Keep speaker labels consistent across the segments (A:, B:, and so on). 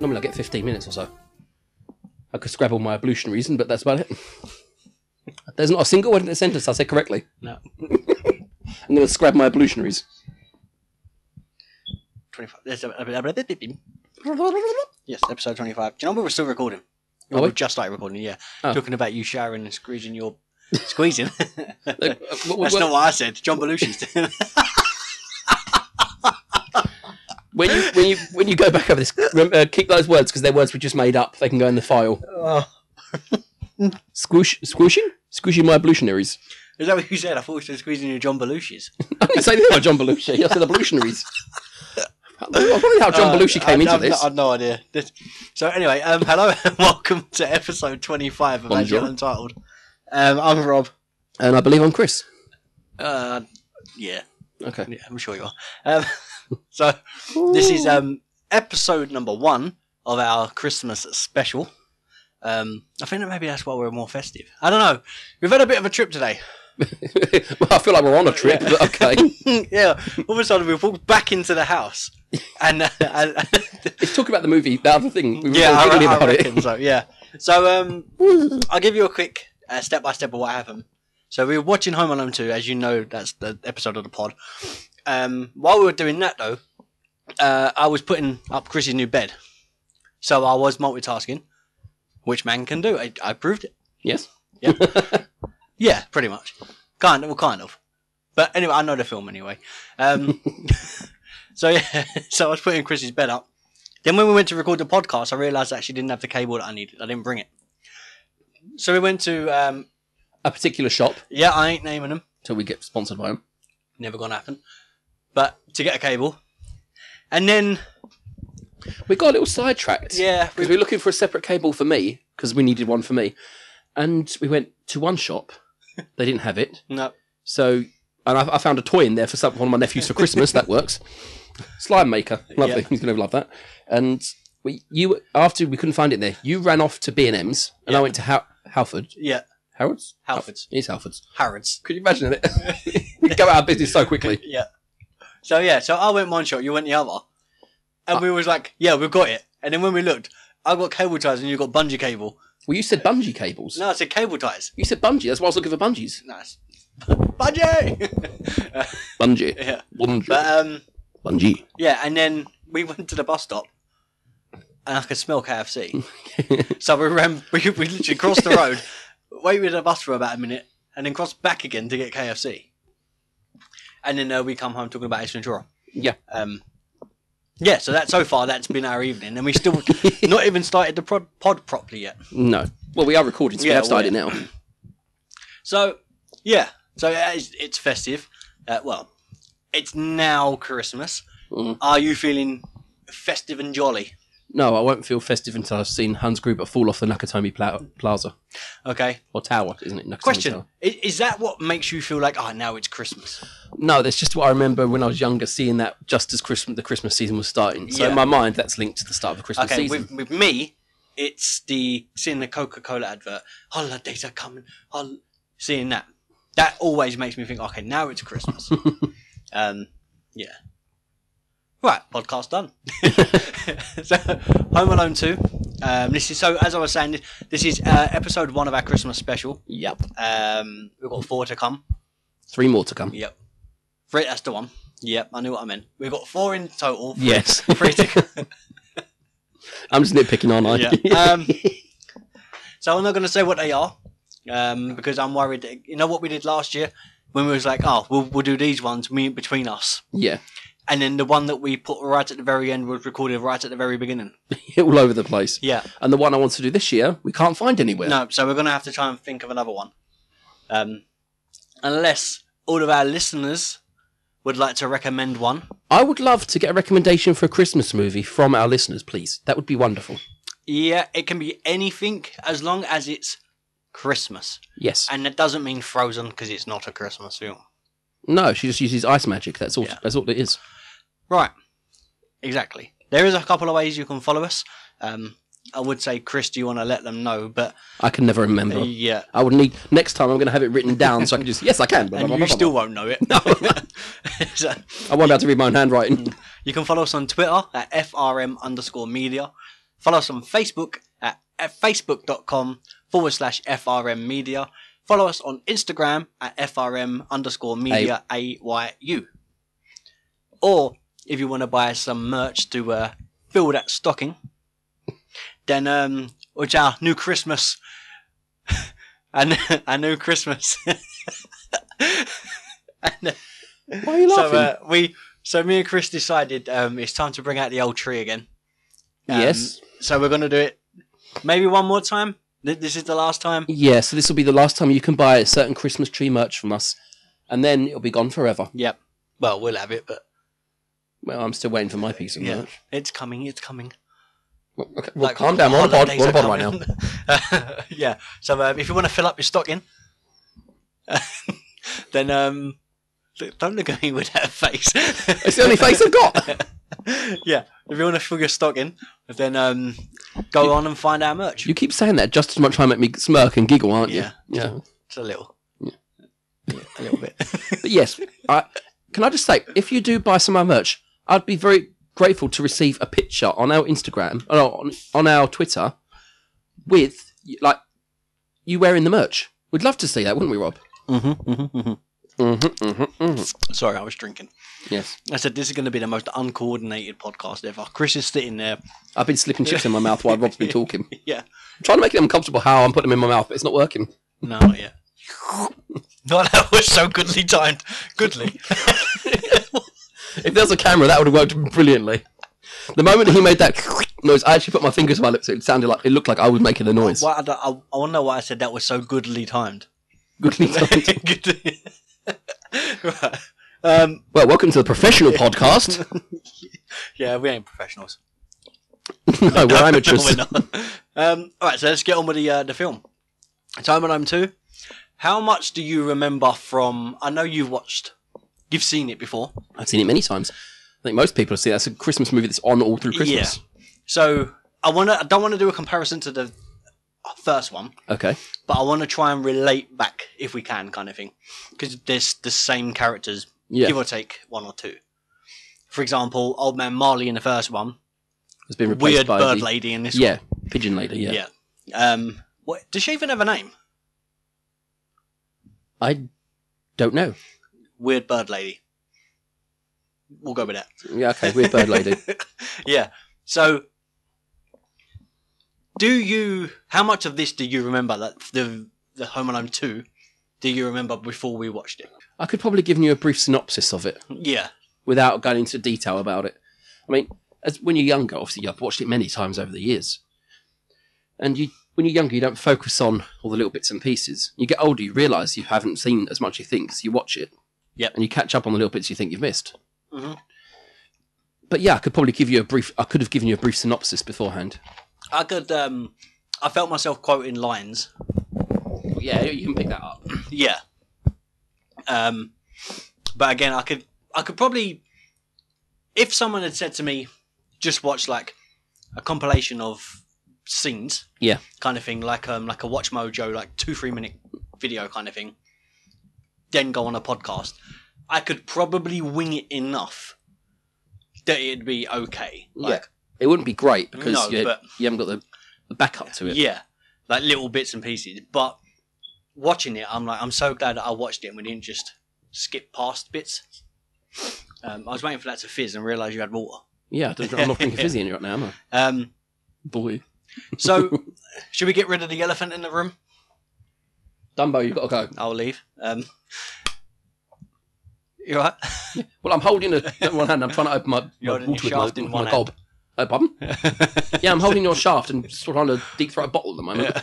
A: Normally I get 15 minutes or so. I could scrabble my ablutionaries in, but that's about it. There's not a single word in the sentence I said correctly.
B: No.
A: I'm going to scrab my ablutionaries.
B: 25. That's- uh, blah, blah, blah, blah, blah.
A: uh,
B: Yes, episode 25. Do you know we were still recording?
A: Are
B: Oh,
A: we?
B: we just started recording, yeah.
A: Oh.
B: Talking about you showering and squeezing your. Squeezing?
A: Look,
B: That's
A: uh, what- what-
B: not what I said. John Belushi's.
A: when you when you when you go back over this, rem- uh, keep those words because they're words we just made up. They can go in the file.
B: Oh.
A: Squish, squishing, squishing my ablutionaries.
B: Is that what you said? I thought you said squeezing your John Belushi's.
A: I didn't say anything about John Belushi. I said ablutionaries. I wonder how John
B: Uh,
A: Belushi came
B: I,
A: into
B: I've
A: this.
B: No, I've no idea. This- so anyway, um, hello and welcome to episode 25 of
A: Bonjour.
B: Agile Untitled. Um, I'm Rob.
A: and I believe I'm Chris.
B: Uh, yeah,
A: Okay.
B: yeah, I'm sure you are. Um, so this is um, episode number one of our Christmas special. Um, I think that maybe that's why we're more festive. I don't know. We've had a bit of a trip today.
A: well, I feel like we're on a trip, but okay.
B: yeah, all of a sudden we've walked back into the house, and, uh, and
A: Let's talk about the movie. The other thing. We were
B: yeah, I,
A: giggling
B: re- I
A: about
B: reckon so. Yeah. So um, I'll give you a quick uh, step by step of what happened. So we were watching Home Alone two, as you know, that's the episode of the pod. Um, while we were doing that though, uh, I was putting up Chris's new bed, so I was multitasking, which man can do. I, I proved it.
A: Yes.
B: Yeah, pretty much. Kind of, well, kind of. But anyway, I know the film anyway. Um, so yeah, so I was putting Chris's bed up. Then when we went to record the podcast, I realised I actually didn't have the cable that I needed. I didn't bring it. So we went to um,
A: A particular shop.
B: yeah, I ain't naming them.
A: Till we get sponsored by them.
B: Never gonna happen. But to get a cable, and then
A: We got a little sidetracked.
B: yeah,
A: Because
B: we,
A: we were looking for a separate cable for me, because we needed one for me. And we went to one shop. They didn't have it.
B: no,
A: So, and I, I found a toy in there for some, one of my nephews for Christmas. that works. Slime maker, lovely.
B: Yeah.
A: He's going to love that. And we, you, after we couldn't find it there, you ran off to B and M's, and I went to How Halford,
B: yeah,
A: Harrods,
B: Halfords,
A: It's Halfords.
B: Harrods,
A: Could you imagine it? we go out of business so quickly.
B: yeah. So yeah, so I went one shot, you went the other, and we was like, yeah, we've got it. And then when we looked, I got cable ties and you got bungee cable.
A: Well, you said bungee cables.
B: No, I said cable ties.
A: You said bungee. That's why I was looking for bungees.
B: Nice. Bungee!
A: Bungee,
B: yeah.
A: bungee,
B: But, um,
A: bungee.
B: yeah, and then we went to the bus stop and I could smell KFC. so we ran, we, we literally crossed the road, waited at the bus for about a minute, and then crossed back again to get KFC. And then uh, we come home talking about Ace Ventura.
A: Yeah.
B: Um, yeah, so that so far that's been our evening, and we still not even started the prod, pod properly yet.
A: No. Well, we are recording, so we
B: Yeah,
A: have started
B: well,
A: now.
B: So, yeah. So uh, it's, it's festive. Uh, well, it's now Christmas.
A: Mm.
B: Are you feeling festive and jolly?
A: No, I won't feel festive until I've seen Hans Gruber fall off the Nakatomi Pla- Plaza
B: Okay.
A: or tower, isn't it? Nakatomi
B: Question:
A: Tower.
B: is, is that what makes you feel like, oh, now it's Christmas?
A: No, that's just what I remember when I was younger, seeing that just as Christmas, the Christmas season was starting. So
B: Yeah.
A: in my mind, that's linked to the start of the Christmas
B: Okay.
A: season.
B: With, with me, it's the seeing the Coca Cola advert. Holidays are coming. Hol-, seeing that, that always makes me think, okay, now it's Christmas. um, yeah. Right, podcast done. so, Home Alone 2. Um, this is so. As I was saying, this, this is uh, episode one of our Christmas special.
A: Yep.
B: Um, we've got four to come.
A: Three more to come.
B: Yep, three. That's the one. Yep, I knew what I meant. We've got four in total. Three-
A: Yes.
B: three to come.
A: I'm just nitpicking, aren't I?
B: yeah. Um, so I'm not going to say what they are um, because I'm worried. That, you know what we did last year when we was like, oh, we'll, we'll do these ones me between us,
A: yeah.
B: and then the one that we put right at the very end was recorded right at the very beginning.
A: All over the place.
B: Yeah.
A: And the one I want to do this year, we can't find anywhere.
B: No, so we're going to have to try and think of another one, um, unless all of our listeners would like to recommend one.
A: I would love to get a recommendation for a Christmas movie from our listeners, please. That would be wonderful.
B: Yeah, it can be anything as long as it's Christmas,
A: Yes.
B: and that doesn't mean Frozen because it's not a Christmas film.
A: No, she just uses ice magic. That's all.
B: Yeah.
A: That's all it is.
B: Right. Exactly. There is a couple of ways you can follow us. Um, I would say, Chris, do you want to let them know? But
A: I can never
B: uh,
A: remember.
B: yeah,
A: I would need next time. I'm going to have it written down so I can just yes, I can. Blah,
B: and
A: blah, blah,
B: you
A: blah,
B: still won't know it. So,
A: blah. I won't be able to read my own handwriting.
B: you can follow us on Twitter at frm underscore media. Follow us on Facebook at facebook.com forward slash FRM Media. Follow us on Instagram at FRM underscore media AYU. Or if you want to buy some merch to uh, fill that stocking, then um, watch our new Christmas. and our new Christmas. and, uh,
A: Why are you
B: so
A: laughing?
B: uh, we, so me and Chris decided um, it's time to bring out the old tree again. um,
A: yes.
B: So we're gonna do it maybe one more time. Th- This is the last time.
A: Yeah, so this will be the last time you can buy a certain Christmas tree merch from us. And then it'll be gone forever.
B: Yep. Well, we'll have it, but
A: Well, I'm still waiting for my piece of
B: yeah,
A: merch.
B: it's coming. It's coming.
A: Well, okay, well, calm down. We're on a pod,
B: holidays
A: we're on a
B: are
A: pod right now.
B: coming. yeah. So um, if you want to fill up your stocking, then um, look, don't look at me with that face.
A: It's the only face I've got.
B: yeah. If you want to fill your stocking, then um, go on and find our merch.
A: You keep saying that just as much trying to make me smirk and giggle, aren't you?
B: Yeah.
A: Yeah.
B: It's a little. Yeah, a little bit.
A: But yes, I, can I just say, if you do buy some of our merch, I'd be very grateful to receive a picture on our Instagram, oh, no, on, on our Twitter, with like you wearing the merch. We'd love to see that, wouldn't we, Rob?
B: mm-hmm, mm-hmm, mm-hmm.
A: Mm-hmm, mm-hmm, mm-hmm.
B: Sorry, I was drinking.
A: Yes.
B: I said this is going to be the most uncoordinated podcast ever. Chris is sitting there.
A: I've been slipping chips in my mouth while Rob's been talking.
B: Yeah.
A: I'm trying to make it uncomfortable how I'm putting them in my mouth, but it's not working.
B: No, not yet. No, that was so goodly timed. Goodly.
A: If there's a camera, that would have worked brilliantly. The moment he made that noise, I actually put my fingers to my lips. It sounded like it looked like I was making a noise.
B: Why, I, don't- I, I wonder why I said that was so goodly timed.
A: Goodly timed.
B: Goodly. right. Um,
A: Well, welcome to the professional podcast.
B: yeah, we ain't professionals.
A: no, we're amateurs.
B: No, we're not. um, all right, so let's get on with the uh, the film. Time and Home Two. How much do you remember from? I know you've watched, you've seen it before.
A: I've seen it many times. I think most people have seen it. That's a Christmas movie that's on all through Christmas.
B: So I want to. I don't want to do a comparison to the first one,
A: Okay.
B: but I want to try and relate back if we can, kind of thing, because there's the same characters,
A: Yeah.
B: give or take one or two. For example, old man Marley in the first one,
A: It's been replaced
B: weird
A: by
B: bird
A: the,
B: lady in this one.
A: Yeah, pigeon lady. Yeah.
B: Yeah. Um, what, does she even have a name?
A: I don't know.
B: Weird bird lady. We'll go with that.
A: Yeah. Okay. Weird bird lady.
B: yeah. So, do you? How much of this do you remember? That the the Home Alone two, do you remember before we watched it?
A: I could probably give you a brief synopsis of it
B: Yeah.
A: without going into detail about it. I mean, as when you're younger, obviously I've watched it many times over the years, and you when you're younger you don't focus on all the little bits and pieces. You get older, you realise you haven't seen as much as you think, so you watch it.
B: Yep.
A: And you catch up on the little bits you think you've missed. Mm-hmm.
B: Mhm.
A: But yeah, I could probably give you a brief. I could have given you a brief synopsis beforehand.
B: I could. Um, I felt myself quoting lines.
A: Yeah, you can pick that up.
B: Yeah. Um, but again, I could. I could probably. If someone had said to me, just watch like a compilation of scenes,
A: Yeah,
B: kind of thing, like um like a Watch Mojo, like two three minute video kind of thing. Then go on a podcast. I could probably wing it enough that it'd be okay. Like
A: it wouldn't be great because
B: No,
A: you,
B: but-
A: you haven't got the, the backup to
B: yeah.
A: it.
B: like little bits and pieces. But watching it, I'm like, I'm so glad that I watched it and we didn't just skip past bits. Um, I was waiting for that to fizz and realise you had water.
A: yeah. I don't- I'm not drinking fizzy in it right now, am I?
B: Um,
A: Boy,
B: so should we get rid of the elephant in the room?
A: Dumbo, you've got to go.
B: I'll leave. Um, you all right?
A: Well, I'm holding it in one hand. I'm trying to open my,
B: You're
A: my
B: holding
A: water
B: your
A: with my,
B: shaft in
A: with
B: one
A: my
B: hand.
A: gob. Uh, pardon? yeah, I'm holding your shaft and sort of trying to deep throat a bottle at the moment.
B: Yeah.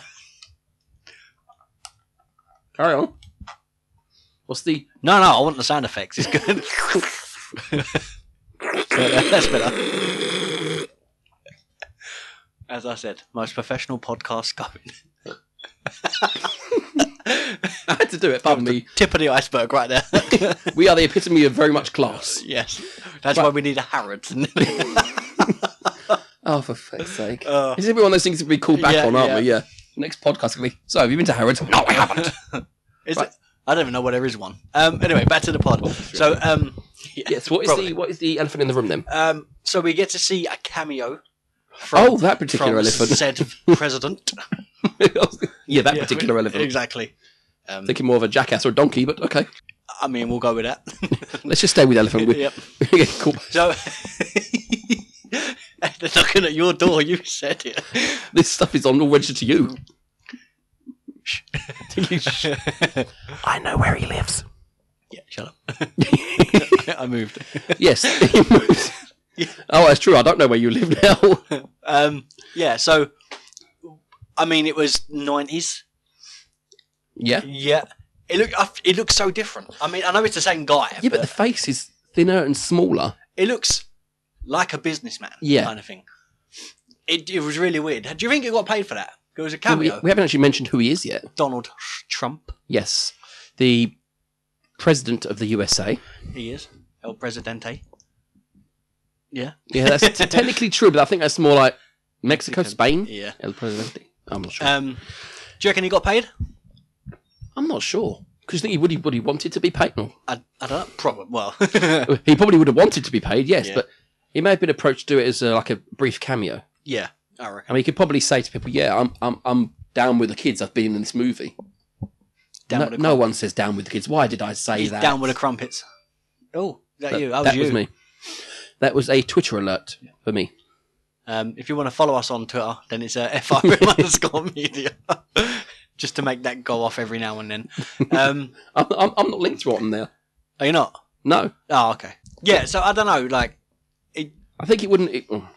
A: Carry on. What's the?
B: No, no, I want the sound effects. It's good. Yeah, That's better. As I said, most professional podcast going.
A: I had to do it. Pardon me.
B: Tip of the iceberg right there.
A: We are the epitome of very much class.
B: yes. That's
A: Well-
B: why we need a Harrods.
A: Oh, for fuck's sake!
B: Uh,
A: This is one of those things that we call back
B: yeah,
A: on, aren't
B: yeah.
A: we? Yeah. Next podcast will be. So, have you been to Harrods? No, I haven't. Right.
B: is
A: Oh,
B: it? I don't even know where there is one. Um, anyway, back to the pod. So, um, yeah,
A: yes. What is
B: probably.
A: the what is the elephant in the room then?
B: Um, so we get to see a cameo From,
A: oh, that particular
B: from
A: elephant.
B: Said president.
A: yeah, that
B: Yeah,
A: particular elephant.
B: Exactly. Um,
A: Thinking more of a jackass or a donkey, but okay.
B: I mean, we'll go with that.
A: Let's just stay with elephant. We-
B: yep.
A: Yeah, cool.
B: So they're knocking at your door. You said it.
A: This stuff is on all registered to you. You sh- I know where he lives.
B: yeah, shut up. I moved.
A: Yes.
B: Yeah.
A: Oh, that's true. I don't know where you live now.
B: Um, yeah. So, I mean, it was nineties.
A: yeah.
B: Yeah. It looked. I- It looks so different. I mean, I know it's the same guy,
A: Yeah,
B: but
A: but the face is thinner and smaller.
B: it looks like a businessman.
A: Yeah.
B: Kind of thing. It, it was really weird. Do you think it got paid for that? It was a
A: We-
B: cameo.
A: We, haven't actually mentioned who he is yet.
B: Donald Trump.
A: Yes. The president of the USA.
B: He is El Presidente. Yeah.
A: Yeah, that's t- technically true, but I think that's more like Mexico,
B: Mexican.
A: Spain.
B: Yeah.
A: El Presidente. I'm not sure.
B: Um, do you reckon he got paid?
A: I'm not sure. Because you think he would, he would he wanted to be paid? No.
B: I, I don't know. Probably. Well,
A: He probably would have wanted to be paid, yes,
B: Yeah.
A: but he may have been approached to do it as a, like a brief cameo.
B: yeah, I reckon.
A: I mean, he could probably say to people, "Yeah, I'm, I'm, I'm down with the kids. I've been in this movie."
B: Down
A: no,
B: with the
A: no one says down with the kids. Why did I say
B: He's
A: that?
B: down with the crumpets. Oh, is that
A: But
B: you? That, was
A: that
B: you.
A: was me. That was a Twitter alert for me.
B: Um, if you want to follow us on Twitter, then it's uh, FRM underscore media. Just to make that go off every now and then. Um,
A: I'm, I'm, I'm not linked to it on there.
B: are you not?
A: No,
B: Oh, okay. Yeah, so I don't know. Like,
A: I think it wouldn't. It, mm.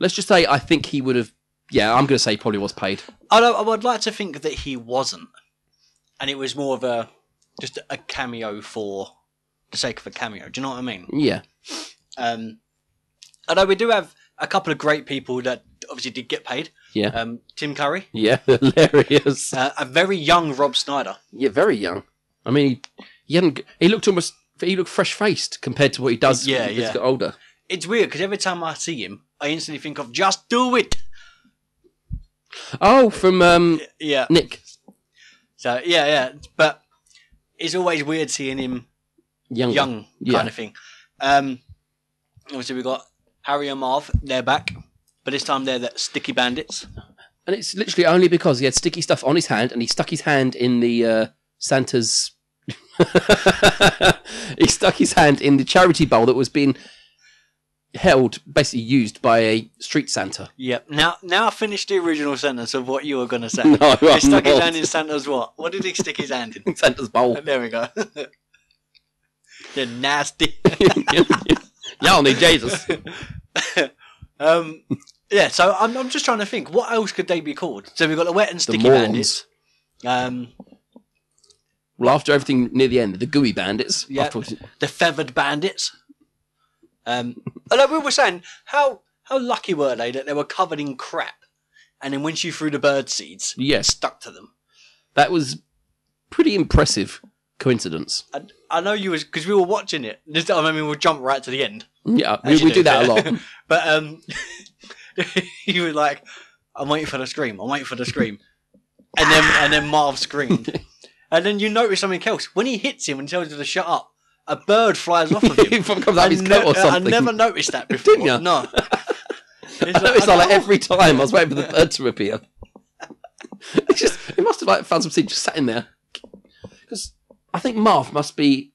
A: let's just say I think he would have. Yeah, I'm going to say he probably was paid.
B: I, don't, I would like to think that he wasn't. And it was more of a just a cameo for the sake of a cameo. Do you know what I mean?
A: Yeah,
B: Um, although we do have a couple of great people that obviously did get paid.
A: Yeah.
B: Um, Tim Curry,
A: yeah, hilarious.
B: uh, a very young Rob Snyder.
A: Yeah, very young. I mean, he, he hadn't. He looked almost. He looked fresh faced compared to what he does.
B: Yeah,
A: as he
B: yeah.
A: got older.
B: It's weird because every time I see him, I instantly think of "Just Do It."
A: Oh, from um,
B: Yeah.
A: Nick.
B: So yeah, yeah. But it's always weird seeing him
A: Younger.
B: young,
A: Yeah.
B: kind of thing. Um, obviously we got Harry and Marv. They're back, but this time they're the Sticky Bandits.
A: And it's literally only because he had sticky stuff on his hand and he stuck his hand in the uh, Santa's. he stuck his hand in the charity bowl that was being held, basically used by a street Santa.
B: Yep. Now, now finish the original sentence of what you were gonna say.
A: No, I'm
B: he stuck his
A: not.
B: hand in Santa's what? What did he stick his hand in?
A: Santa's bowl.
B: There we go. They're nasty.
A: Y'all need Jesus.
B: um, yeah, so I'm, I'm just trying to think what else could they be called? So we've got the wet and
A: The
B: sticky bandits.
A: Morons.
B: Um,
A: Well, after everything near the end, the gooey bandits.
B: Yeah.
A: Afterwards-
B: the feathered bandits. Um, although we were saying how how lucky were they that they were covered in crap, and then when she threw the bird seeds, it
A: Yes,
B: stuck to them.
A: that was pretty impressive coincidence.
B: I, I know you was because we were watching it. This time, I mean, we'll jump right to the end.
A: Yeah, we,
B: As you
A: we do that a
B: yeah.
A: lot.
B: But um, you were like, "I'm waiting for the scream. I'm waiting for the scream," and then and then Marv screamed, and then you notice something else when he hits him and tells him to shut up. A bird flies off of him.
A: If it comes out of his coat or
B: ne- I
A: something.
B: never noticed that before.
A: Didn't ya?
B: No.
A: I noticed that like every time. I was waiting for the bird to appear. It's just it must have like found some seed just sat in there. Because I think Marv must be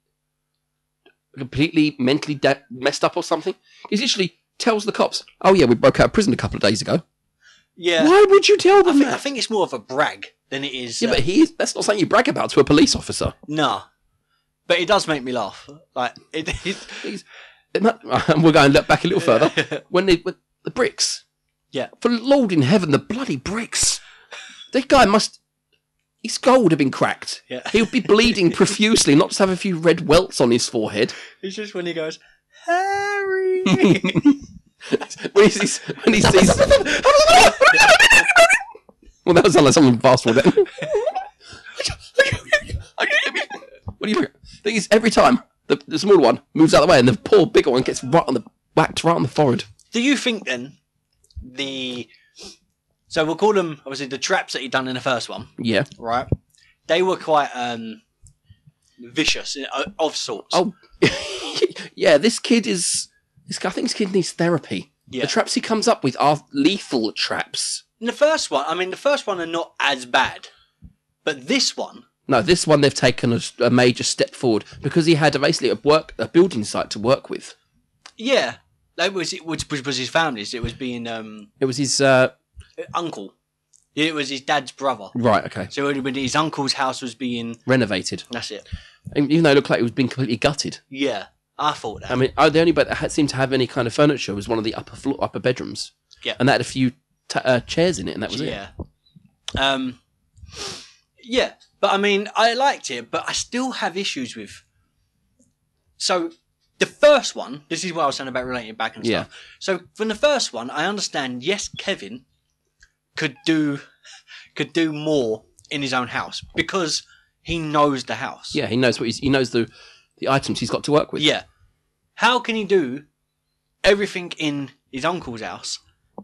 A: completely mentally de- messed up or something. He literally tells the cops, "Oh yeah, we broke out of prison a couple of days ago."
B: yeah.
A: Why would you tell
B: I
A: them
B: think,
A: that?
B: I think it's more of a brag than it is.
A: yeah,
B: uh,
A: but he is, that's not something you brag about to a police officer.
B: nah. But it does make me laugh. Like it. it
A: It mu- And we're going to look back a little further when they when the bricks.
B: Yeah.
A: For Lord in heaven, the bloody bricks. That guy must. His skull would have been cracked.
B: yeah.
A: He would be bleeding profusely, not just have a few red welts on his forehead.
B: It's just when he goes, Harry.
A: When he sees, when he sees, well, that sounded like something fast forward. then. what do you think? Thing is, every time the, the small one moves out of the way, and the poor bigger one gets right on the whacked right on the forehead.
B: Do you think then the so we'll call them obviously the traps that he done in the first one,
A: Yeah.
B: right? They were quite um vicious in- uh, of sorts.
A: Oh, yeah. This kid is. This, guy- I think this kid needs therapy.
B: Yeah.
A: The traps he comes up with are lethal traps.
B: And the first one, I mean, the first one are not as bad, but this one,
A: No, this one they've taken a, a major step forward because he had a, basically a work a building site to work with.
B: yeah, that was it was, was was his family's. It was being um
A: It was his uh,
B: uncle. It was his dad's brother.
A: right. Okay,
B: So it would have been his uncle's house was being.
A: renovated.
B: That's it.
A: And Even though it looked like it was being completely gutted.
B: Yeah, I thought that.
A: I mean, oh, the only bed that had- seemed to have any kind of furniture was one of the upper floor, upper bedrooms.
B: Yeah.
A: and that had a few ta uh, chairs in it, and that was it.
B: yeah. Um. Yeah, but I mean, I liked it, but I still have issues with. So, the first one. This is what I was saying about relating it back and stuff. So from the first one, I understand. Yes, Kevin could do could do more in his own house because he knows the house.
A: Yeah, he knows what he's, he knows the the items he's got to work with.
B: Yeah. How can he do everything in his uncle's house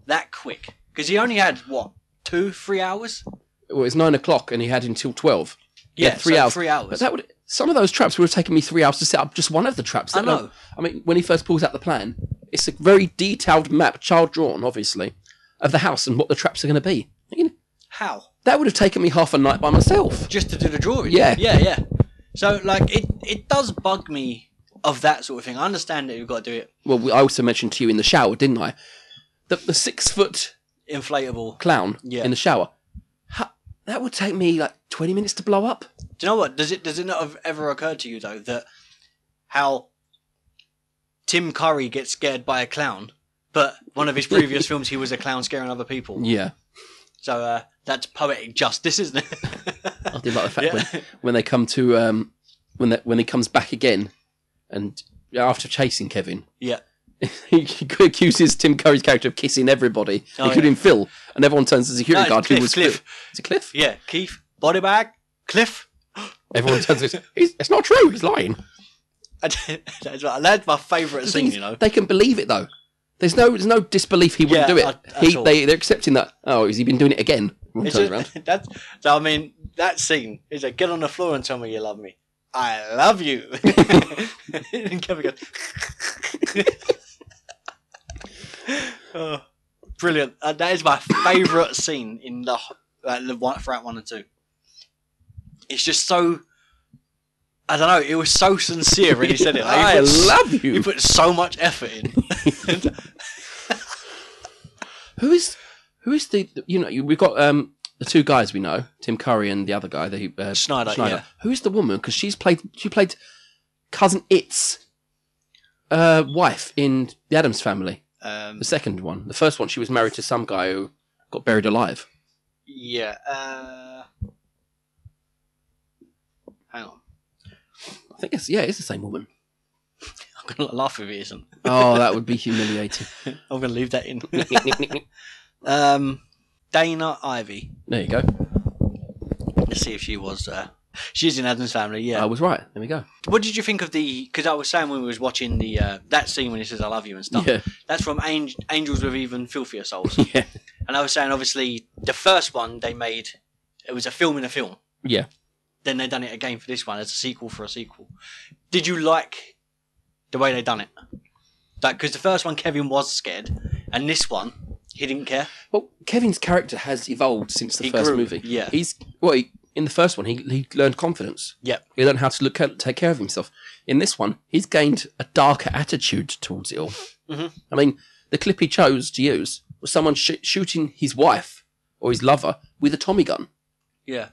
B: that quick? Because he only had what two, three hours.
A: well, it's nine o'clock, and he had until twelve. He had three
B: so
A: hours.
B: Three hours.
A: But that would some of those traps would have taken me three hours to set up just one of the traps.
B: I
A: let alone-
B: know.
A: I mean, when he first pulls out the plan, it's a very detailed map, child drawn, obviously, of the house and what the traps are going to be. Thinking,
B: How?
A: That would have taken me half a night by myself.
B: Just to do the drawing.
A: Yeah.
B: Yeah, yeah. So like it it does bug me of that sort of thing. I understand that you've got to do it
A: Well, we- I also mentioned to you in the shower, didn't I? The, the six foot
B: inflatable.
A: clown
B: Yeah.
A: in the shower. Ha- that would take me like 20 minutes to blow up.
B: Do you know what? Does it does it not have ever occurred to you though that how Tim Curry gets scared by a clown, but one of his previous films he was a clown scaring other people.
A: Yeah.
B: So uh, that's poetic justice, isn't it?
A: I did like the fact
B: Yeah.
A: when, when they come to, um, when, they, when he comes back again and after chasing Kevin,
B: yeah.
A: he accuses Tim Curry's character of kissing everybody,
B: Oh,
A: including Phil, and everyone turns to the
B: No,
A: security
B: it's
A: guard who
B: Cliff,
A: was
B: Cliff.
A: It's a cliff.
B: Yeah. Keith, body bag, Cliff.
A: Everyone turns. to he's, it's not true. He's lying.
B: that's, what, that's my favourite
A: The
B: scene,
A: thing is,
B: you know.
A: They can believe it though. There's no, there's no disbelief he wouldn't
B: Yeah,
A: do it.
B: I- at
A: he,
B: all.
A: they, they're accepting that. Oh, has he been doing it again? Everyone
B: It's
A: turns
B: a-
A: around.
B: that's, so, I mean, that scene is like, get on the floor and tell me you love me. I love you. and Kevin goes, oh, brilliant. Uh, that is my favourite scene in the, wh- like, the one, throughout one and two. It's just so, I don't know, it was so sincere when he said it. Like, he
A: I
B: put s-
A: love
B: He
A: you.
B: put so much effort in.
A: Who is, who is the? You know, you- we've got um the two guys we know, Tim Curry and the other guy, the uh,
B: Snyder, yeah.
A: Who is the woman? Because she's played, she played cousin It's uh, wife in the Adams Family.
B: Um,
A: The second one. The first one, she was married to some guy who got buried alive.
B: Yeah. Uh... Hang on.
A: I think it's, yeah, it's the same woman.
B: I'm going to laugh if it isn't.
A: Oh, that would be humiliating.
B: I'm going to leave that in. um, Dana Ivy.
A: there you go.
B: Let's see if she was. Uh... She's in Adam's family, yeah.
A: I was right. There we go.
B: what did you think of the? Because I was saying when we was watching the uh, that scene when he says "I love you" and stuff.
A: Yeah.
B: That's from Ang- Angels with Even Filthier Souls.
A: Yeah.
B: and I was saying, obviously, the first one they made, it was a film in a film.
A: Yeah.
B: Then they done it again for this one as a sequel for a sequel. Did you like the way they done it? Like, because the first one Kevin was scared, and this one he didn't care.
A: Well, Kevin's character has evolved since the
B: He
A: first
B: grew,
A: movie.
B: yeah.
A: He's, well, he, in the first one, he, he learned confidence.
B: Yep.
A: He learned how to look take care of himself. In this one, he's gained a darker attitude towards it all.
B: Mhm.
A: I mean, the clip he chose to use was someone sh- shooting his wife or his lover with a Tommy gun.
B: Yeah.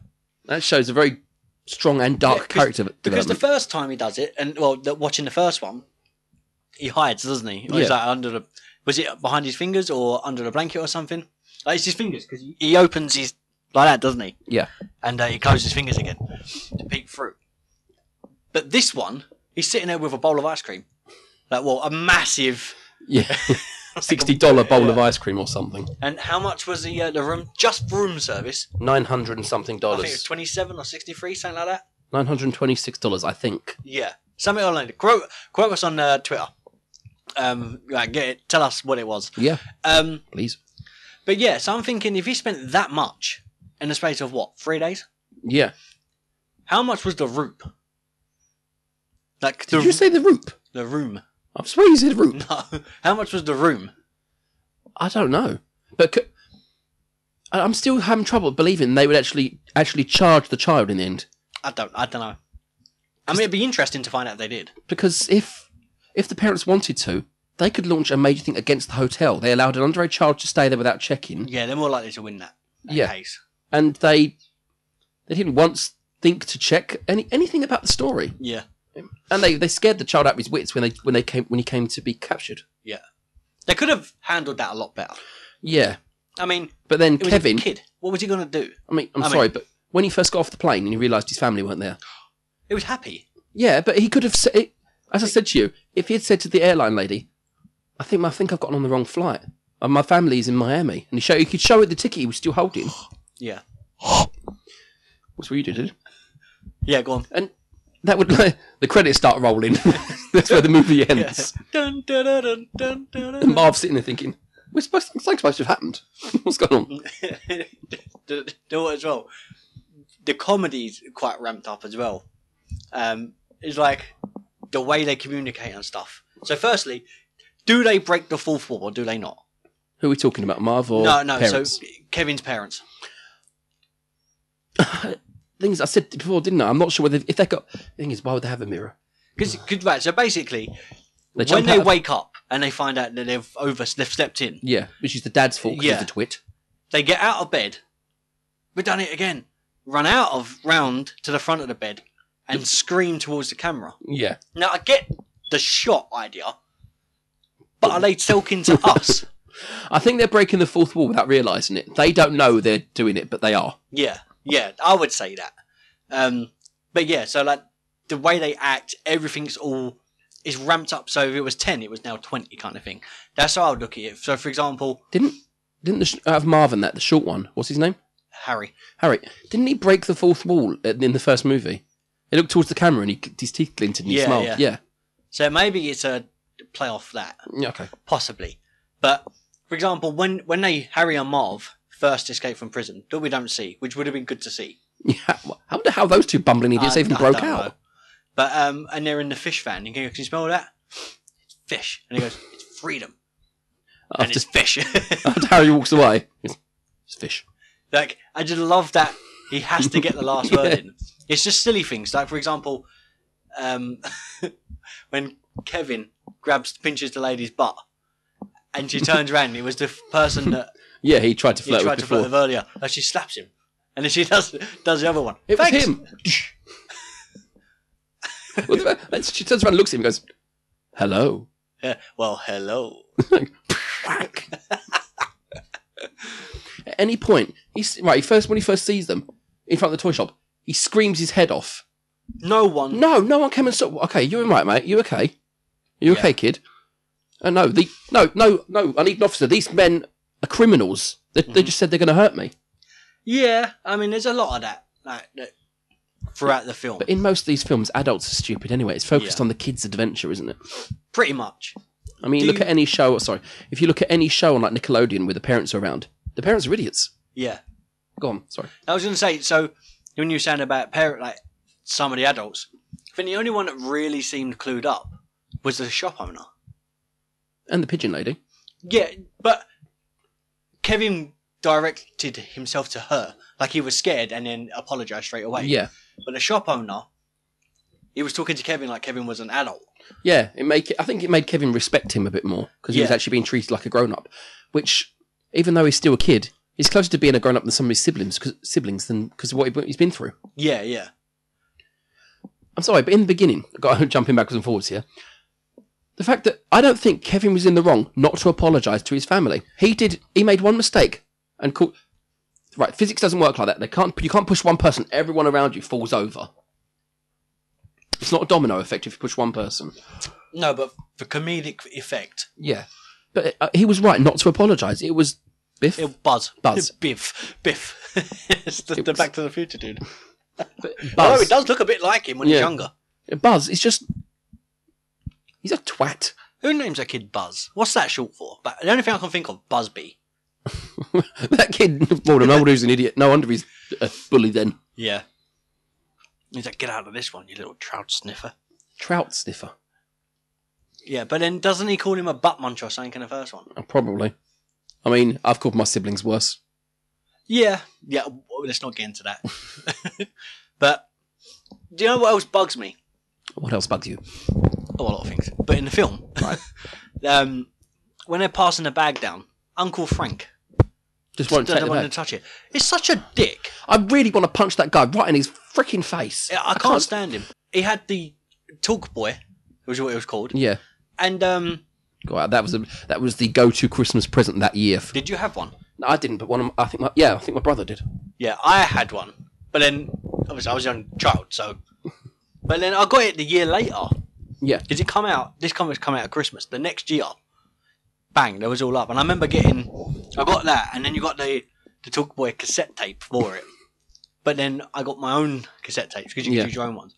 A: That shows a very strong and dark
B: Yeah, 'cause-
A: character
B: Because the
A: development.
B: first time he does it, and well, the, watching the first one, he hides, doesn't he? Or is
A: Yeah.
B: that under the? Was it behind his fingers or under the blanket or something? Like, it's his fingers because he, he opens his like that, doesn't he?
A: yeah,
B: and uh, he closes his fingers again to peek through. But this one, he's sitting there with a bowl of ice cream. Like, well, a massive.
A: yeah, sixty dollar bowl of ice cream or something.
B: And how much was the uh, the room? Just for room service.
A: Nine hundred and something
B: I think it was
A: dollars.
B: twenty seven or sixty three, something like that.
A: Nine hundred and twenty six dollars, I think.
B: Yeah, something online. Quote quote us on uh, Twitter. Um, like, get it. Tell us what it was.
A: Yeah,
B: Um,
A: please.
B: but yeah, so I'm thinking if he spent that much in the space of what three days,
A: Yeah.
B: how much was the room? Like the
A: Did you say the roop?
B: the room?
A: I swear you said roop.
B: No, how much was the room?
A: I don't know, but c I I'm still having trouble believing they would actually actually charge the child in the end.
B: I don't. I don't know. I mean, it'd be interesting to find out if they did.
A: because if if the parents wanted to, they could launch a major thing against the hotel. They allowed an underage child to stay there without checking,
B: Yeah, they're more likely to win that, that
A: Yeah.
B: case.
A: and they they didn't once think to check any anything about the story,
B: Yeah,
A: and they, they scared the child out of his wits when they when they came when he came to be captured.
B: they could have handled that a lot better.
A: Yeah,
B: I mean,
A: but then
B: it was
A: Kevin,
B: a kid. What was he gonna do?
A: I mean, I'm
B: I mean-
A: sorry, but when he first got off the plane and he realised his family weren't there,
B: It was happy.
A: yeah, but he could have said, as I said to you, if he had said to the airline lady, "I think I think I've gotten on the wrong flight." And my family's in Miami, and he show he could show her the ticket he was still holding.
B: Yeah.
A: What's what you did?
B: Yeah. Go on.
A: That would the credits start rolling. That's where the movie
B: Yeah.
A: ends.
B: dun, dun, dun, dun, dun, dun,
A: And
B: dun.
A: Marv's sitting there thinking, "We're supposed something's supposed to have happened. What's going on?"
B: do, do, do what as well. The comedy's quite ramped up as well. Um, it's like the way they communicate and stuff. So, firstly, do they break the fourth wall or do they not?
A: Who are we talking about, Marv or
B: no, no.
A: parents?
B: So Kevin's parents.
A: Things I said before, didn't I? I'm not sure whether if they got. The thing is, why would they have a mirror?
B: Because right, so basically,
A: They
B: when
A: jump
B: they
A: out of-
B: wake up and they find out that they've over they've stepped in,
A: yeah, which is the dad's fault because
B: Yeah.
A: he's a twit.
B: they get out of bed. We've done it again. Run out of round to the front of the bed and scream towards the camera.
A: Yeah,
B: Now I get the shot idea, but are they talking to us?
A: I think they're breaking the fourth wall without realizing it. They don't know they're doing it, but they are.
B: Yeah, yeah, I would say that. Um, but yeah, so like the way they act, everything's all is ramped up. So if it was ten, it was now twenty, kind of thing. That's how I would look at it. So for example,
A: Didn't didn't the, sh- out of Marvin that the short one? What's his name?
B: Harry.
A: Harry, didn't he break the fourth wall at- in the first movie? He looked towards the camera and he, his teeth glinted and he
B: Yeah,
A: smiled.
B: yeah.
A: Yeah.
B: So maybe it's a play off that.
A: yeah. Okay.
B: possibly. But for example, when when they Harry and Marv first escape from prison, that we don't see, which would have been good to see.
A: Yeah. I wonder how those two bumbling idiots
B: I-
A: even
B: I
A: broke
B: don't
A: out.
B: know. But um, and they're in the fish van. And he goes, can you smell that? It's fish. And he goes, it's freedom. and
A: After,
B: it's fish.
A: after Harry walks away, it's, it's fish.
B: like I just love that he has to get the last word
A: Yeah.
B: in. It's just silly things. Like for example, um, when Kevin grabs pinches the lady's butt. And she turns around. It was the f- person that
A: Yeah, he tried to
B: he
A: flirt
B: tried
A: with
B: to
A: before.
B: flirt with earlier, and she slaps him, and then she does does the other one.
A: it
B: Thanks.
A: was him. What the fuck? And she turns around, and looks at him, and goes, "Hello."
B: Yeah. Well, hello.
A: Whack. At any point, he's right. He first when he first sees them in front of the toy shop, he screams his head off.
B: No one.
A: No, no one came and saw. Okay, you're right, mate. You okay? You
B: Yeah.
A: okay, kid? Uh, no, the no, no, no. I need an officer. These men are criminals. They,
B: Mm-hmm.
A: they just said they're going to hurt me.
B: Yeah. I mean, there's a lot of that, like that throughout the film,
A: But in most of these films, adults are stupid anyway. It's focused
B: Yeah.
A: on the kids' adventure, isn't it?
B: pretty much.
A: I mean,
B: Do
A: look
B: you-
A: at any show. oh, Sorry, if you look at any show on like Nickelodeon where the parents are around, the parents are idiots.
B: Yeah.
A: Go on. Sorry.
B: I was gonna say. So when you were saying about parent, like some of the adults, I think the only one that really seemed clued up was the shop owner.
A: And the pigeon lady.
B: Yeah, but Kevin directed himself to her like he was scared and then apologized straight away.
A: Yeah,
B: But the shop owner, he was talking to Kevin like Kevin was an adult.
A: yeah. It make I think it made Kevin respect him a bit more because he was
B: Yeah.
A: actually being treated like a grown up, which, even though he's still a kid, he's closer to being a grown up than some of his siblings 'cause- siblings than because of what he- he's been through.
B: Yeah, yeah.
A: I'm sorry, but in the beginning, I've got jumping backwards and forwards here. The fact that I don't think Kevin was in the wrong not to apologise to his family. He did. He made one mistake and called. Right, physics doesn't work like that. They can't. You can't push one person. Everyone around you falls over. It's not a domino effect if you push one person.
B: No, but for comedic effect,
A: Yeah, but uh, he was right not to apologise. It was Biff.
B: it buzz,
A: Buzz.
B: biff, biff. it's the,
A: It
B: the
A: was-
B: Back to the Future dude.
A: but
B: Although
A: Buzz.
B: it does look a bit like him when he's
A: Yeah.
B: younger.
A: Buzz. It's just he's a twat.
B: Who names their kid Buzz? What's that short for? But the only thing I can think of, Buzzby.
A: that kid. Well, no wonder he's an idiot. No wonder he's a bully then.
B: Yeah. He's like, get out of this one, you little trout sniffer.
A: Trout sniffer.
B: Yeah, but then doesn't he call him a butt munch or something in the first one?
A: Uh, Probably. I mean, I've called my siblings worse.
B: Yeah, yeah. w- Let's not get into that. but do you know what else bugs me?
A: What else bugs you?
B: Oh, a lot of things. But in the film,
A: Right.
B: um, when they're passing the bag down, Uncle Frank
A: Just won't take
B: doesn't
A: the
B: want to
A: bait.
B: touch it. It's such a dick.
A: I really want to punch that guy right in his freaking face.
B: I, I can't, stand him. He had the talk boy, which is what it was called.
A: Yeah.
B: And um,
A: Wow, that was a, that was the go-to Christmas present that year. For,
B: did you have one?
A: no, I didn't, but one of my, I think my, yeah, I think my brother did.
B: Yeah, I had one, but then obviously I was a young child, so. But then I got it the year later.
A: Yeah.
B: Did it come out? This comic's come out at Christmas. The next year, bang, there was all up. And I remember getting, I got that, and then you got the the Talkboy cassette tape for it. But then I got my own cassette tapes because you can
A: Yeah.
B: use your own ones.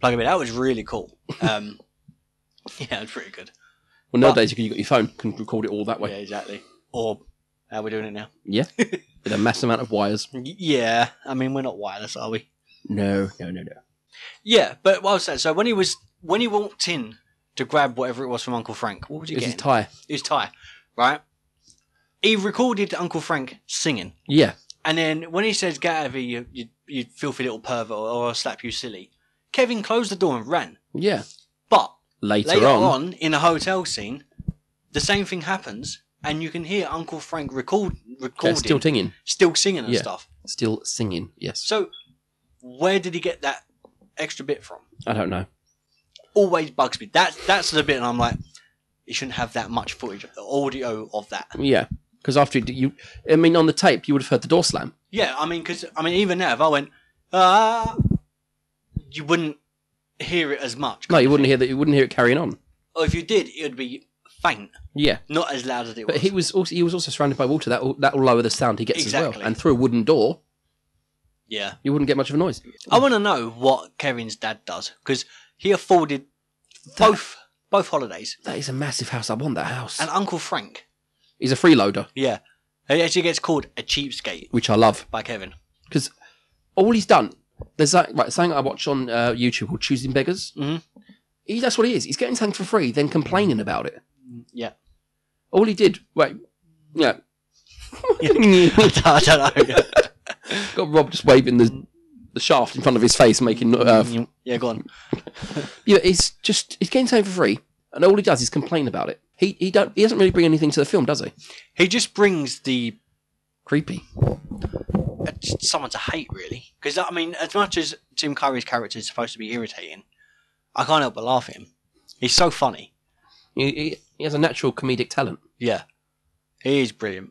B: Plug them in. That was really cool. Um, yeah, it was pretty good.
A: Well, nowadays you can you got your phone can record it all that
B: Yeah,
A: way.
B: exactly. Or how we're doing it now.
A: Yeah. With a mass amount of wires.
B: Y- yeah, I mean we're not wireless, are we?
A: No, no, no, no.
B: Yeah, but what I was saying, so when he was when he walked in to grab whatever it was from Uncle Frank, what was he
A: It's his
B: getting?
A: tie.
B: his tie, right? He recorded Uncle Frank singing,
A: Yeah.
B: and then when he says "Get out of here, you, you, you filthy little pervert," or, "Or I'll slap you silly," Kevin closed the door and ran.
A: Yeah.
B: But
A: Later,
B: later
A: on,
B: on, in a hotel scene, the same thing happens, and you can hear Uncle Frank record
A: they're
B: recording,
A: still singing.
B: still, singing and
A: Yeah.
B: stuff.
A: Still singing. Yes.
B: So, where did he get that extra bit from?
A: I don't know.
B: Always bugs me. That's that's the bit, and I'm like, you shouldn't have that much footage, audio of that.
A: Yeah. Because after you, you, I mean, on the tape, you would have heard the door slam.
B: Yeah, I mean, because I mean, even now, if I went, ah, you wouldn't hear it as much.
A: No, you wouldn't hear that. You wouldn't hear it carrying on.
B: Or if you did, it would be faint,
A: Yeah.
B: not as loud as it
A: But
B: was.
A: he was also he was also surrounded by water. That will, that will lower the sound he gets as
B: Exactly.
A: well. And through a wooden door,
B: yeah,
A: you wouldn't get much of a noise.
B: I want to know what Kevin's dad does because he afforded both both holidays
A: That is a massive house. I want that house.
B: and Uncle Frank.
A: He's a freeloader,
B: Yeah, he actually gets called a cheapskate
A: which I love
B: by Kevin.
A: because all he's done. There's that right something I watch on uh, YouTube called Choosing Beggars.
B: Mhm.
A: He, that's what he is. He's getting something for free, then complaining about it.
B: Yeah,
A: All he did, wait, yeah,
B: I don't know.
A: got Rob just waving the the shaft in front of his face, making no- uh,
B: Yeah, yeah go on.
A: Yeah, he's just he's getting something for free, and all he does is complain about it. He he don't he doesn't really bring anything to the film, does he?
B: He just brings the
A: Creepy.
B: uh, just someone to hate, really. Because I mean, as much as Tim Curry's character is supposed to be irritating, I can't help but laugh at him. He's so funny.
A: He, he, he has a natural comedic talent.
B: Yeah, he is brilliant.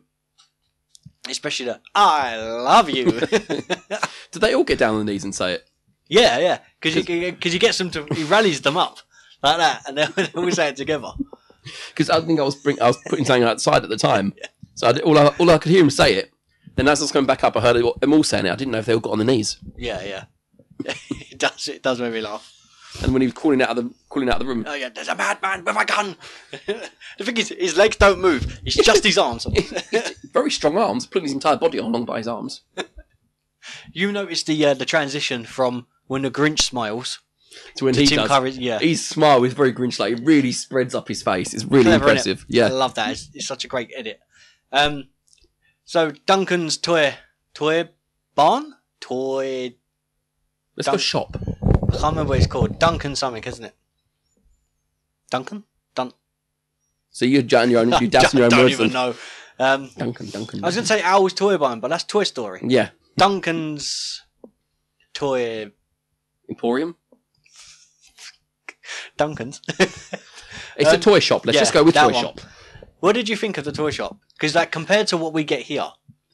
B: Especially the "I love you."
A: Did they all get down on their knees and say it?
B: yeah, yeah, because he, 'cause he gets them to he rallies them up like that, and they they all say it together.
A: Because I think I was bring, I was putting something outside at the time, so I did, all I, all I could hear him say it. Then as I was coming back up, I heard them all saying it. I didn't know if they all got on their knees.
B: Yeah, yeah. it does. It does make me laugh.
A: And when he was calling out of the calling out of the room,
B: Oh yeah, there's a madman with a gun. the thing is, his legs don't move. It's just his arms.
A: very strong arms, putting his entire body along by his arms.
B: You noticed the uh, the transition from when the Grinch smiles
A: To when
B: to
A: he
B: Tim
A: does,
B: Curry. Yeah,
A: his smile is very grinch like. It really spreads up his face. It's really
B: Clever, innit?
A: impressive.
B: I
A: Yeah,
B: love that. It's, it's such a great edit. Um, so Duncan's toy toy barn toy.
A: let's go
B: Dun-
A: shop.
B: I can't remember what it's called. Duncan something, isn't it? Duncan. Dun.
A: So you're down your own,
B: I
A: you douse
B: don't,
A: your own
B: don't
A: words.
B: even
A: and-
B: know. Um,
A: Duncan, Duncan.
B: I was gonna say Owl's toy barn, but that's Toy Story.
A: yeah,
B: Duncan's toy.
A: Emporium.
B: Duncan's.
A: It's a
B: Um,
A: toy shop. Let's
B: yeah,
A: just go with
B: that
A: toy
B: one.
A: shop.
B: what did you think of the toy shop? Because that compared to what we get here,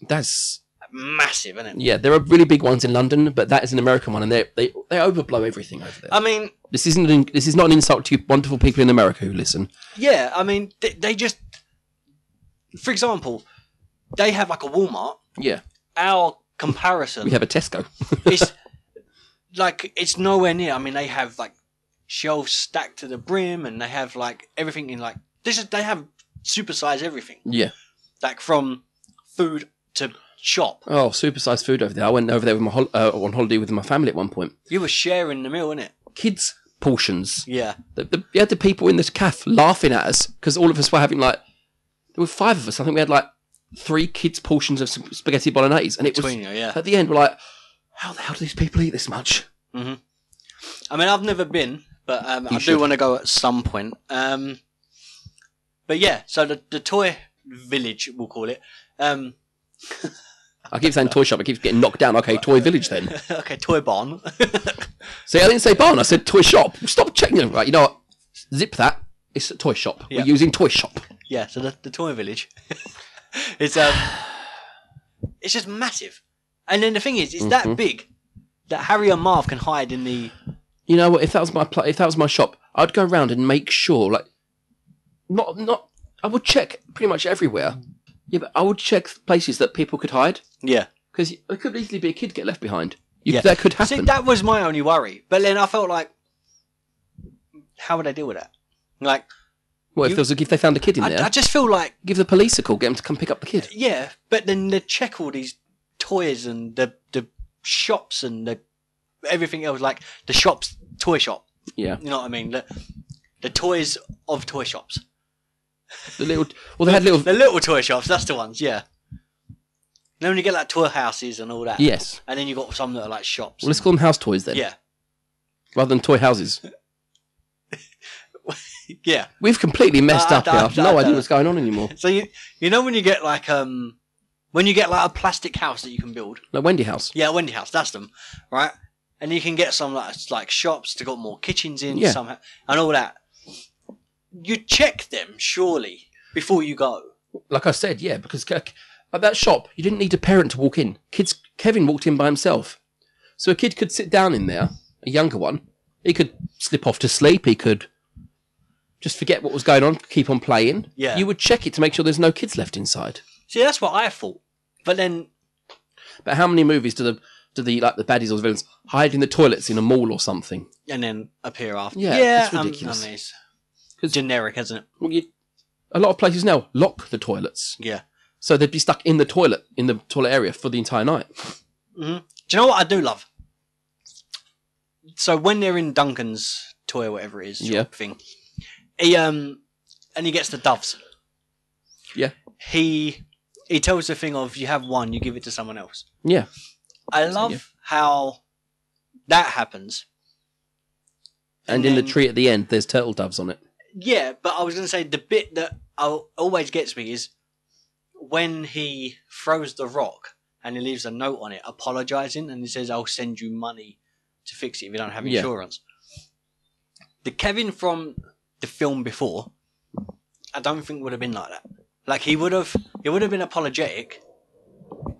A: That's
B: massive, isn't it?
A: yeah. There are really big ones in London, but that is an American one, and they they they overblow everything over there.
B: I mean,
A: this isn't an, this is not an insult to you wonderful people in America who listen.
B: Yeah, I mean, they, they just, for example, they have like a Walmart.
A: Yeah,
B: Our comparison
A: we have a Tesco.
B: is like it's nowhere near. I mean, they have like shelves stacked to the brim, and they have like everything in like this is they have supersize everything,
A: Yeah.
B: like from food to shop.
A: Oh, supersized food over there. I went over there with my hol- uh, on holiday with my family at one point.
B: You were sharing the meal, innit?
A: Kids portions.
B: Yeah,
A: The, the, you had the people in this cafe laughing at us because all of us were having like there were five of us. I think we had like three kids' portions of sp- spaghetti bolognese, and it was
B: Between you, yeah.
A: at the end we're like, how the hell do these people eat this much?
B: I mean, I've never been, but um,
A: You
B: I
A: should.
B: do want to go at some point. Um, but yeah, so the, the toy village, we'll call it. Um,
A: I keep saying toy shop, it keeps getting knocked down. Okay, toy village then.
B: okay, toy barn.
A: See, I didn't say barn, I said toy shop. Stop checking them. Right, you know what? Zip that. It's a toy shop.
B: Yeah.
A: We're using toy shop.
B: yeah, so the, the toy village. it's um, it's just massive. And then the thing is, it's
A: Mm-hmm.
B: that big that Harry and Marv can hide in the.
A: You know what? If that was my pla if that was my shop, I'd go around and make sure, like, not not. I would check pretty much everywhere. Yeah, but I would check places that people could hide
B: Yeah.
A: because there could easily be a kid get left behind. You,
B: Yeah.
A: That could happen.
B: See, that was my only worry. But then I felt like, how would I deal with that? Like,
A: what if
B: you-
A: there was a, if they found a kid in there?
B: I, I just feel like
A: give the police a call. Get them to come pick up the kid.
B: Yeah, but then they check all these toys and the the shops and the everything else, like the shops, toy shop.
A: Yeah,
B: You know what I mean? The, the toys of toy shops,
A: the little. Well, they had little.
B: the little toy shops. That's the ones. Yeah. And then you get like toy houses and all that.
A: Yes.
B: And then you have got some that are like shops.
A: Well, let's call them house toys then,
B: yeah,
A: rather than toy houses.
B: yeah.
A: We've completely messed
B: I-
A: up
B: Ah, I-
A: here.
B: I-
A: I've no
B: I-
A: idea what's going on anymore.
B: So you you know when you get like um when you get like a plastic house that you can build.
A: Like Wendy House.
B: Yeah, Wendy House, that's them, right? And you can get some like like shops to got more kitchens in
A: Yeah.
B: somehow and all that. You check them surely before you go.
A: Like I said, yeah, because c- c- at that shop, you didn't need a parent to walk in. Kids, Kevin walked in by himself, so a kid could sit down in there, a younger one. He could slip off to sleep. He could just forget what was going on, keep on playing.
B: Yeah.
A: you would check it to make sure there's no kids left inside.
B: See, that's what I thought. But then,
A: But how many movies do the do the like the baddies or the villains hide in the toilets in a mall or something?
B: and then appear after.
A: Yeah,
B: Yeah,
A: it's
B: um,
A: ridiculous.
B: I mean, it's
A: 'Cause-
B: generic, isn't it?
A: Well, you, a lot of places now lock the toilets,
B: Yeah.
A: so they'd be stuck in the toilet in the toilet area for the entire night.
B: Do you know what I do love? So when they're in Duncan's toy or whatever it is,
A: Yeah.
B: yeah. thing, he um, and he gets the doves.
A: Yeah.
B: He he tells the thing of you have one, you give it to someone else.
A: Yeah,
B: I love
A: yeah.
B: how that happens.
A: and, in the
B: then-
A: tree at the end, there's turtle doves on it.
B: Yeah, but I was going to say the bit that al- always gets me is when he throws the rock and he leaves a note on it apologizing and he says, I'll send you money to fix it if you don't have
A: Yeah.
B: insurance. The Kevin from the film before, I don't think would have been like that. Like he would have, he would have been apologetic.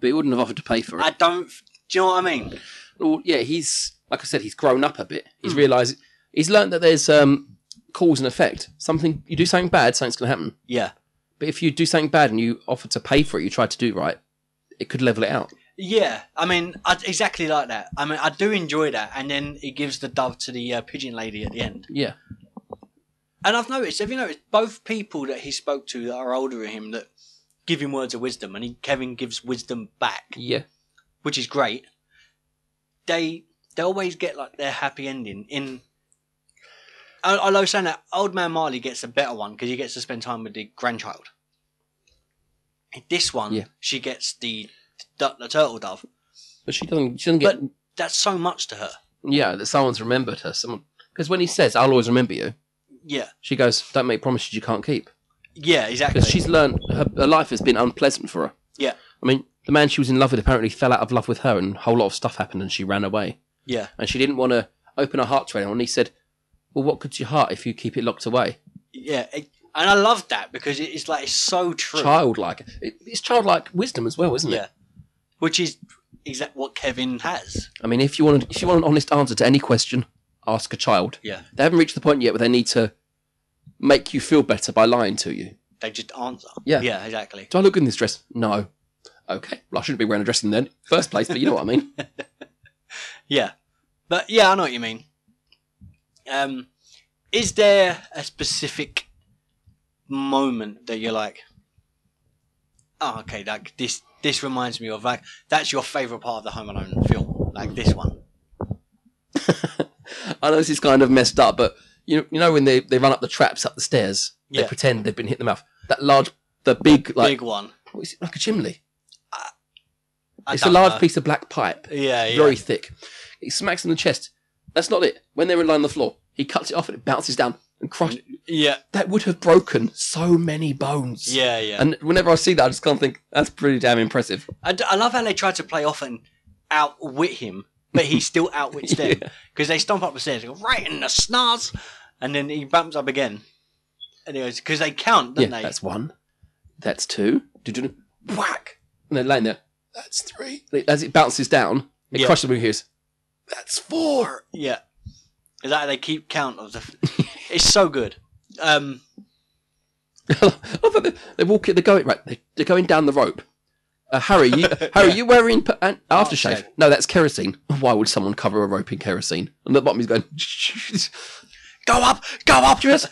A: But he wouldn't have offered to pay for it.
B: I don't. Do you know what I mean?
A: well, yeah, he's like I said, he's grown up a bit. He's realised he's learned that there's um, cause and effect. Something you do something bad, something's going to happen.
B: Yeah,
A: But if you do something bad and you offer to pay for it, you try to do right, it could level it out.
B: yeah. I mean, I, exactly like that. I mean, I do enjoy that. And then he gives the dove to the uh, pigeon lady at the end.
A: Yeah,
B: And I've noticed, have you noticed, both people that he spoke to that are older than him that give him words of wisdom, and he, Kevin gives wisdom back,
A: yeah,
B: which is great. They they always get like their happy ending. In I, I love saying that old man Marley gets a better one because he gets to spend time with the grandchild. This one,
A: Yeah.
B: she gets the, the the turtle dove.
A: but she doesn't. She doesn't get.
B: But- That's so much to her.
A: yeah, that someone's remembered her. Someone because when he says, "I'll always remember you,"
B: Yeah,
A: she goes, "Don't make promises you can't keep."
B: yeah, exactly.
A: Because she's learned her, her life has been unpleasant for her.
B: yeah,
A: I mean, the man she was in love with apparently fell out of love with her, and a whole lot of stuff happened, and she ran away.
B: yeah,
A: and she didn't want to open her heart to anyone. And he said, "Well, what could your heart if you keep it locked away?"
B: yeah. It- and I love that because it- it's like it's so true.
A: Childlike. It, it's childlike wisdom as well, isn't it?
B: Yeah. which is exact what Kevin has.
A: I mean, if you want, if you want an honest answer to any question, ask a child.
B: Yeah,
A: They haven't reached the point yet where they need to make you feel better by lying to you.
B: they just answer.
A: Yeah.
B: yeah, exactly.
A: Do I look good in this dress? No. Okay. Well, I shouldn't be wearing a dress in the first place, but you know what I mean.
B: Yeah, but yeah, I know what you mean. Um, is there a specific moment that you're like, oh, okay, like this this reminds me of like that's your favorite part of the Home Alone film, like this one.
A: I know this is kind of messed up, but you you know when they, they run up the traps up the stairs,
B: Yeah.
A: they pretend they've been hit in the mouth. That large, the big like
B: Big one.
A: What is it? Like a chimney.
B: I
A: it's a
B: don't
A: large
B: know.
A: piece of black pipe,
B: Yeah, yeah.
A: very thick. It smacks in the chest. That's not it. When they're in line on the floor, he cuts it off and it bounces down and crushes.
B: yeah,
A: That would have broken so many bones.
B: yeah, yeah.
A: And whenever I see that, I just can't think. That's pretty damn impressive.
B: I, d- I love how they try to play off and outwit him, but he still outwits them because they stomp up the stairs, go right in the snars, and then he bumps up again. Anyways, because they count,
A: Yeah,
B: don't they?
A: that's one. That's two. Do-do-do. Whack. And they're laying there. That's three. As it bounces down, it
B: Yeah.
A: crushes them and hears, That's four.
B: Yeah, is that how they keep count of the? F- it's so good. Um,
A: I thought they, they walk it. They're going right. They, they're going down the rope. Uh, Harry, you, Harry, you wearing p- an aftershave?
B: Aftershave.
A: No, that's kerosene. Why would someone cover a rope in kerosene? And at the bottom he's going, go up, go up, Julius.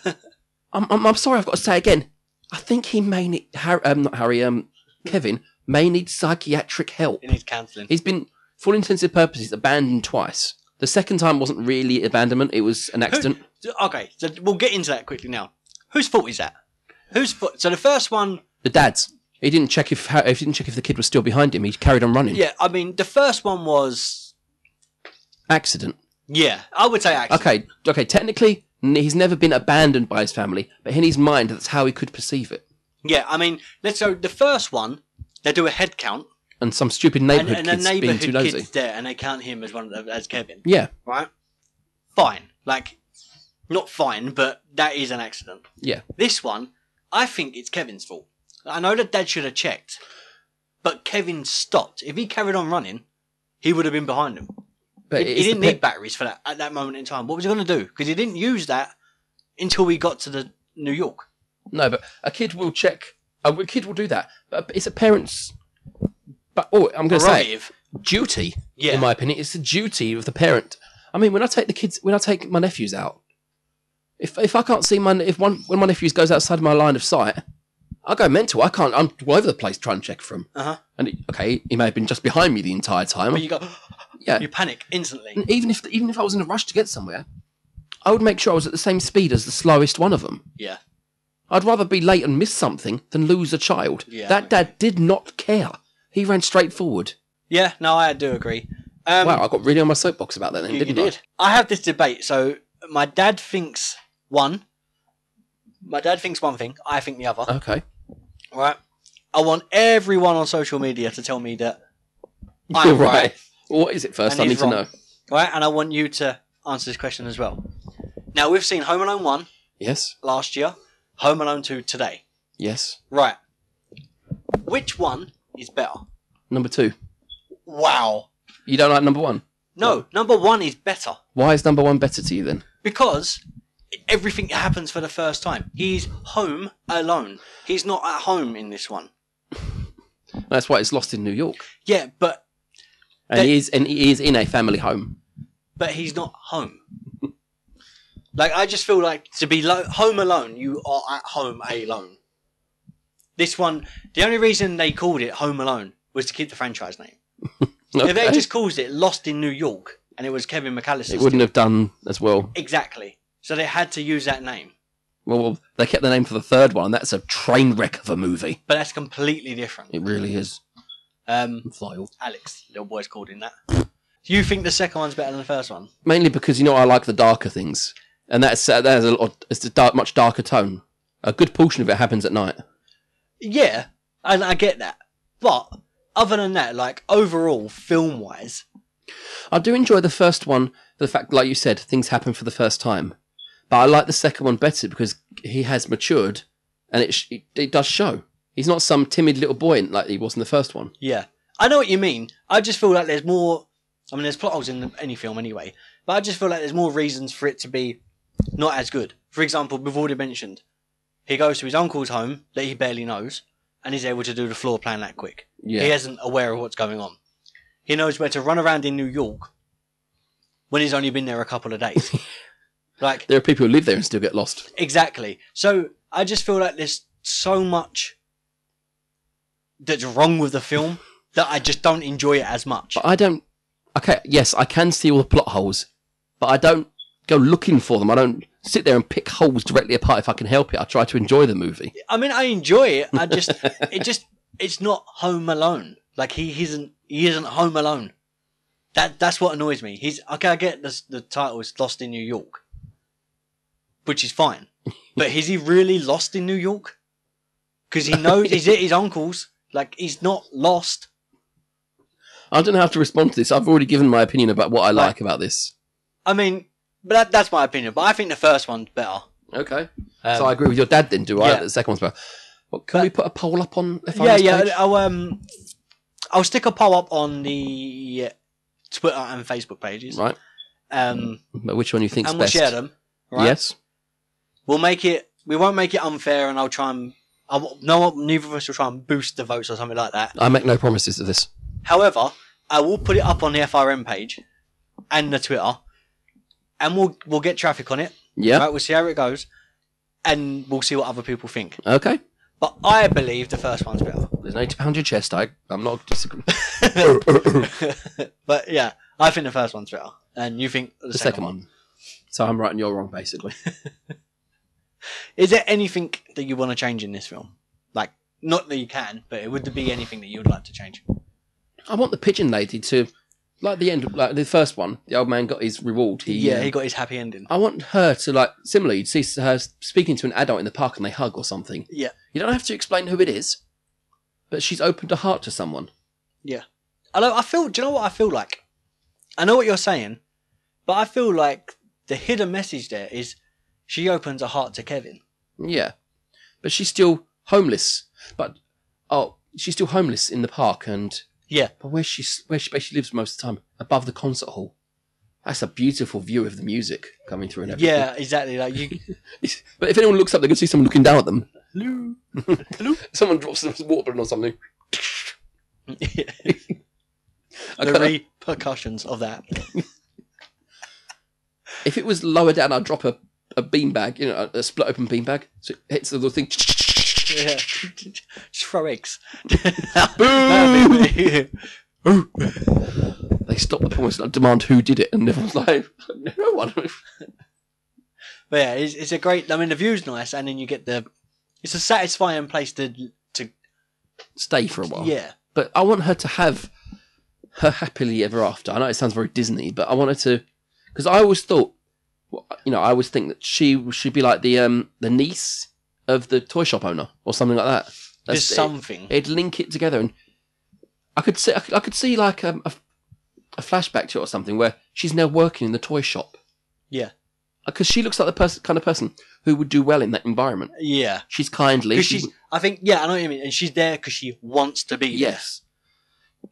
A: I'm, I'm, I'm sorry, I've got to say again. I think he may need Harry, um, not Harry, um, Kevin may need psychiatric help.
B: it needs counselling.
A: He's been, for all intents and purposes, abandoned twice. The second time wasn't really abandonment; it was an accident.
B: Okay, so we'll get into that quickly now. Whose fault is that? Whose fault? So the first one,
A: the dad's. He didn't check if Har- he didn't check if the kid was still behind him. He carried on running.
B: yeah, I mean, the first one was,
A: Accident.
B: yeah, I would say actually.
A: Okay, okay. Technically, n- he's never been abandoned by his family, but in his mind, that's how he could perceive it.
B: Yeah, I mean, let's go. The first one, they do a head count,
A: And some stupid
B: and,
A: neighborhood
B: and a
A: kids being
B: neighborhood
A: too nosy.
B: kid's there, and they count him as one of the, as Kevin,
A: Yeah,
B: right? Fine, like, not fine, but that is an accident.
A: yeah.
B: This one, I think it's Kevin's fault. I know that Dad should have checked, but Kevin stopped. If he carried on running, he would have been behind him.
A: But
B: He-
A: it
B: he
A: is the
B: didn't
A: pe-
B: need batteries for that at that moment in time. What was he going to do? Because he didn't use that until we got to the New York.
A: No, but a kid will check. A w- kid will do that. But it's a parent's. But oh, I'm going to say it.
B: Prerogative.
A: duty.
B: Yeah.
A: In my opinion, it's the duty of the parent. I mean, when I take the kids, when I take my nephews out, if if I can't see my if one when my nephews goes outside my line of sight, I go mental. I can't. I'm all over the place trying to check for him.
B: Uh-huh.
A: And he- okay, he may have been just behind me the entire time.
B: But you go,
A: yeah.
B: you panic instantly.
A: And even if even if I was in a rush to get somewhere, I would make sure I was at the same speed as the slowest one of them.
B: Yeah.
A: I'd rather be late and miss something than lose a child.
B: Yeah,
A: that
B: okay.
A: dad did not care. He ran straight forward.
B: Yeah, no, I do agree. Um,
A: wow, I got really on my soapbox about that then,
B: you, you
A: didn't I?
B: did. I have this debate. So my dad thinks one. My dad thinks one thing. I think the other.
A: Okay.
B: Right. I want everyone on social media to tell me that
A: You're right.
B: I'm right.
A: Well, what is it first?
B: And
A: I need
B: he's wrong.
A: to know.
B: Right. And I want you to answer this question as well. Now we've seen Home Alone one
A: Yes.
B: last year, Home Alone two today.
A: Yes.
B: Right. Which one is better?
A: Number two.
B: Wow.
A: You don't like number one.
B: No, number one is better.
A: Why is number one better to you then?
B: because everything happens for the first time. He's home alone. He's not at home in this one.
A: That's why it's lost in New York,
B: Yeah, but
A: and
B: They-
A: he is and he is in a family home.
B: but he's not home. like I just feel like to be lo- home alone, you are at home alone. This one, the only reason they called it Home Alone was to keep the franchise name. If they
A: Okay.
B: just called it Lost in New York and it was Kevin McAllister,
A: it wouldn't have done as well.
B: exactly. So they had to use that name,
A: well. Well, they kept the name for the third one. That's a train wreck of a movie.
B: but that's completely different.
A: It really is.
B: Um,
A: Vile.
B: Alex, little boy's called in that. Do you think the second one's better than the first one?
A: Mainly because you know I like the darker things, and that's uh, there's a lot. It's a dark, much darker tone. A good portion of it happens at night.
B: Yeah, I, I get that. But other than that, like overall, film wise,
A: I do enjoy the first one for the fact, like you said, things happen for the first time. But I like the second one better because he has matured, and it sh- it does show. He's not some timid little boy like he was in the first one.
B: yeah, I know what you mean. I just feel like there's more. I mean, there's plot holes in any film anyway, but I just feel like there's more reasons for it to be not as good. For example, we've already mentioned he goes to his uncle's home that he barely knows, and he's able to do the floor plan that quick.
A: Yeah,
B: He isn't aware of what's going on. He knows where to run around in New York when he's only been there a couple of days. like,
A: there are people who live there and still get lost.
B: exactly. So I just feel like there's so much that's wrong with the film that I just don't enjoy it as much.
A: But I don't. Okay, yes, I can see all the plot holes, but I don't go looking for them. I don't sit there and pick holes directly apart if I can help it. I try to enjoy the movie.
B: I mean, I enjoy it. I just, it just, it's not home alone. Like he isn't he isn't home alone. That that's what annoys me. He's okay. I get the the title is Lost in New York, which is fine. but is he really lost in New York? Because he knows he's at his uncle's. Like he's not lost.
A: I don't know how to respond to this. I've already given my opinion about what I
B: Right.
A: like about this.
B: I mean, but that, that's my opinion. But I think the first one's better.
A: Okay.
B: Um,
A: so I agree with your dad then, do I?
B: yeah.
A: That The second one's better. Well, can we put a poll up on if
B: yeah,
A: I
B: yeah.
A: page?
B: I'll um, I'll stick a poll up on the uh, Twitter and Facebook pages.
A: Right.
B: Um,
A: But which one you think's
B: and we'll
A: best?
B: share them. Right?
A: Yes.
B: We'll make it. We won't make it unfair, and I'll try and. I w no, neither of us will try and boost the votes or something like that.
A: I make no promises to this.
B: However, I will put it up on the FRM page and the Twitter, and we'll we'll get traffic on it.
A: Yeah.
B: Right, we'll see how it goes, and we'll see what other people think.
A: Okay.
B: But I believe the first one's better.
A: There's no need to pound your chest. I, I'm not disagreeing. the,
B: but yeah, I think the first one's better, and you think the,
A: second, one. So I'm right and you're wrong, basically.
B: Is there anything that you want to change in this film? Like, not that you can, but it would there be anything that you would like to change?
A: I want the pigeon lady to, like the end, like the first one, the old man got his reward. He,
B: yeah,
A: uh,
B: he got his happy ending.
A: I want her to like similarly. You'd see her speaking to an adult in the park and they hug or something.
B: Yeah.
A: You don't have to explain who it is, but she's opened her heart to someone.
B: Although I feel, do you know what I feel like? I know what you're saying, but I feel like the hidden message there is she opens her heart to Kevin.
A: Yeah. But she's still homeless. But oh, she's still homeless in the park and
B: Yeah.
A: but where she where she basically lives most of the time above the concert hall. That's a beautiful view of the music coming through and everything.
B: Yeah, exactly. Like you,
A: But if anyone looks up, they can see someone looking down at them.
B: Lou.
A: Someone drops a water balloon or something.
B: the repercussions of that.
A: If it was lower down, I'd drop a, a beanbag, you know, a, a split open beanbag. So it hits the little thing.
B: Yeah. Just throw eggs.
A: Boo! They stop the performance and I demand who did it. And everyone's like, no one.
B: But yeah, it's, it's a great. I mean, the view's nice, and then you get the. It's a satisfying place to to
A: Stay for a while.
B: yeah.
A: But I want her to have her happily ever after. I know it sounds very Disney, but I want her to. Because I always thought, well, you know, I always think that she should be like the um the niece of the toy shop owner or something like that. That's
B: Just
A: it.
B: something.
A: it'd link it together and i could see i could, I could see like um, a, a flashback to it or something where she's now working in the toy shop
B: Yeah.
A: because she looks like the person kind of person who would do well in that environment
B: yeah,
A: she's kindly
B: because
A: she,
B: she's. I think yeah, I know what you mean, and she's there because she wants to be. there.
A: yes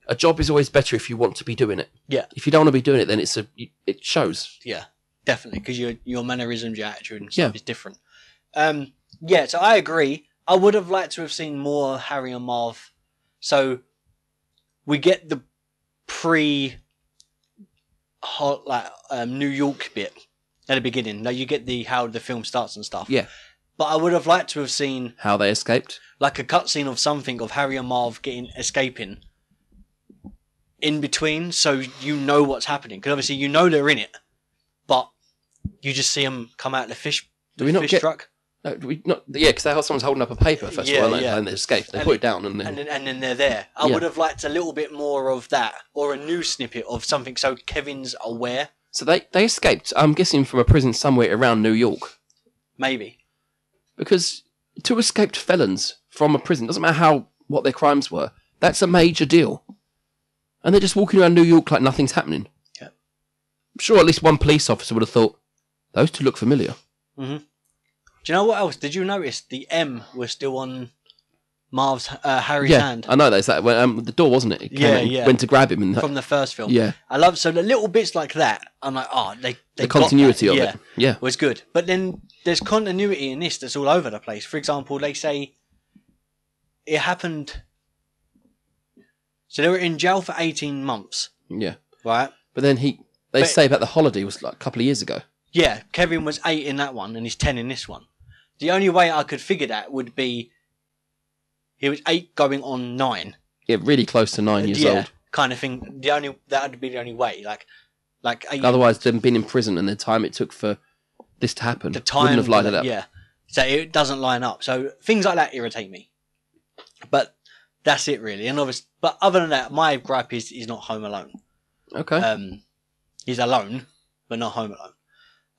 A: a job is always better if you want to be doing it
B: Yeah.
A: if you don't want to be doing it then it's a it shows
B: yeah, definitely, because your your mannerisms, your attitude, and
A: Yeah.
B: stuff is different. Um, yeah, so I agree. I would have liked to have seen more Harry and Marv. So we get the pre hot like um, New York bit at the beginning. Now you get the how the film starts and stuff.
A: Yeah.
B: But I would have liked to have seen
A: how they escaped
B: like a cutscene of something of Harry and Marv getting escaping in between, so you know what's happening. Because obviously you know they're in it, but you just see them come out of the fish,
A: Do
B: the
A: we not
B: fish
A: get-
B: truck,
A: no, do we not, yeah, because someone's holding up a paper first
B: Yeah,
A: of all, and they-
B: yeah.
A: and they escaped. They
B: And-
A: put it down, and then
B: and then, and then they're there. I
A: Yeah.
B: would have liked a little bit more of that, or a new snippet of something, so Kevin's aware,
A: so they they escaped. I'm guessing from a prison somewhere around New York.
B: maybe.
A: because two escaped felons from a prison doesn't matter how what their crimes were that's a major deal and they're just walking around new york like nothing's happening
B: Yeah.
A: I'm sure at least one police officer would have thought those two look familiar
B: Do you know what else? Did you notice the M was still on Marv's uh, Harry's
A: yeah
B: hand
A: i know that's that when, um, the door wasn't it, it came
B: Yeah,
A: out and
B: yeah.
A: went to grab him and that,
B: from the first film?
A: yeah
B: I love so the little bits like that. I'm like, oh, they, they
A: the
B: got
A: continuity
B: that.
A: of
B: yeah,
A: it yeah
B: was good. But then there's continuity in this that's all over the place. For example, they say it happened. So they were in jail for 18 months,
A: yeah
B: right?
A: but then he they
B: But-
A: say about the holiday was like a couple of years ago
B: Yeah, Kevin was eight in that one, and he's ten in this one. The only way I could figure that would be he was eight going on nine.
A: yeah really close to nine years
B: yeah,
A: old
B: kind of thing. The only that would be the only way. Like, like eight,
A: otherwise them being in prison and the time it took for this to happen
B: the time
A: wouldn't have lined it
B: delay-
A: up
B: Yeah, so it doesn't line up. So things like that irritate me. But that's it really. And obviously, but other than that, my gripe is he's not home alone.
A: Okay.
B: Um, he's alone, but not home alone.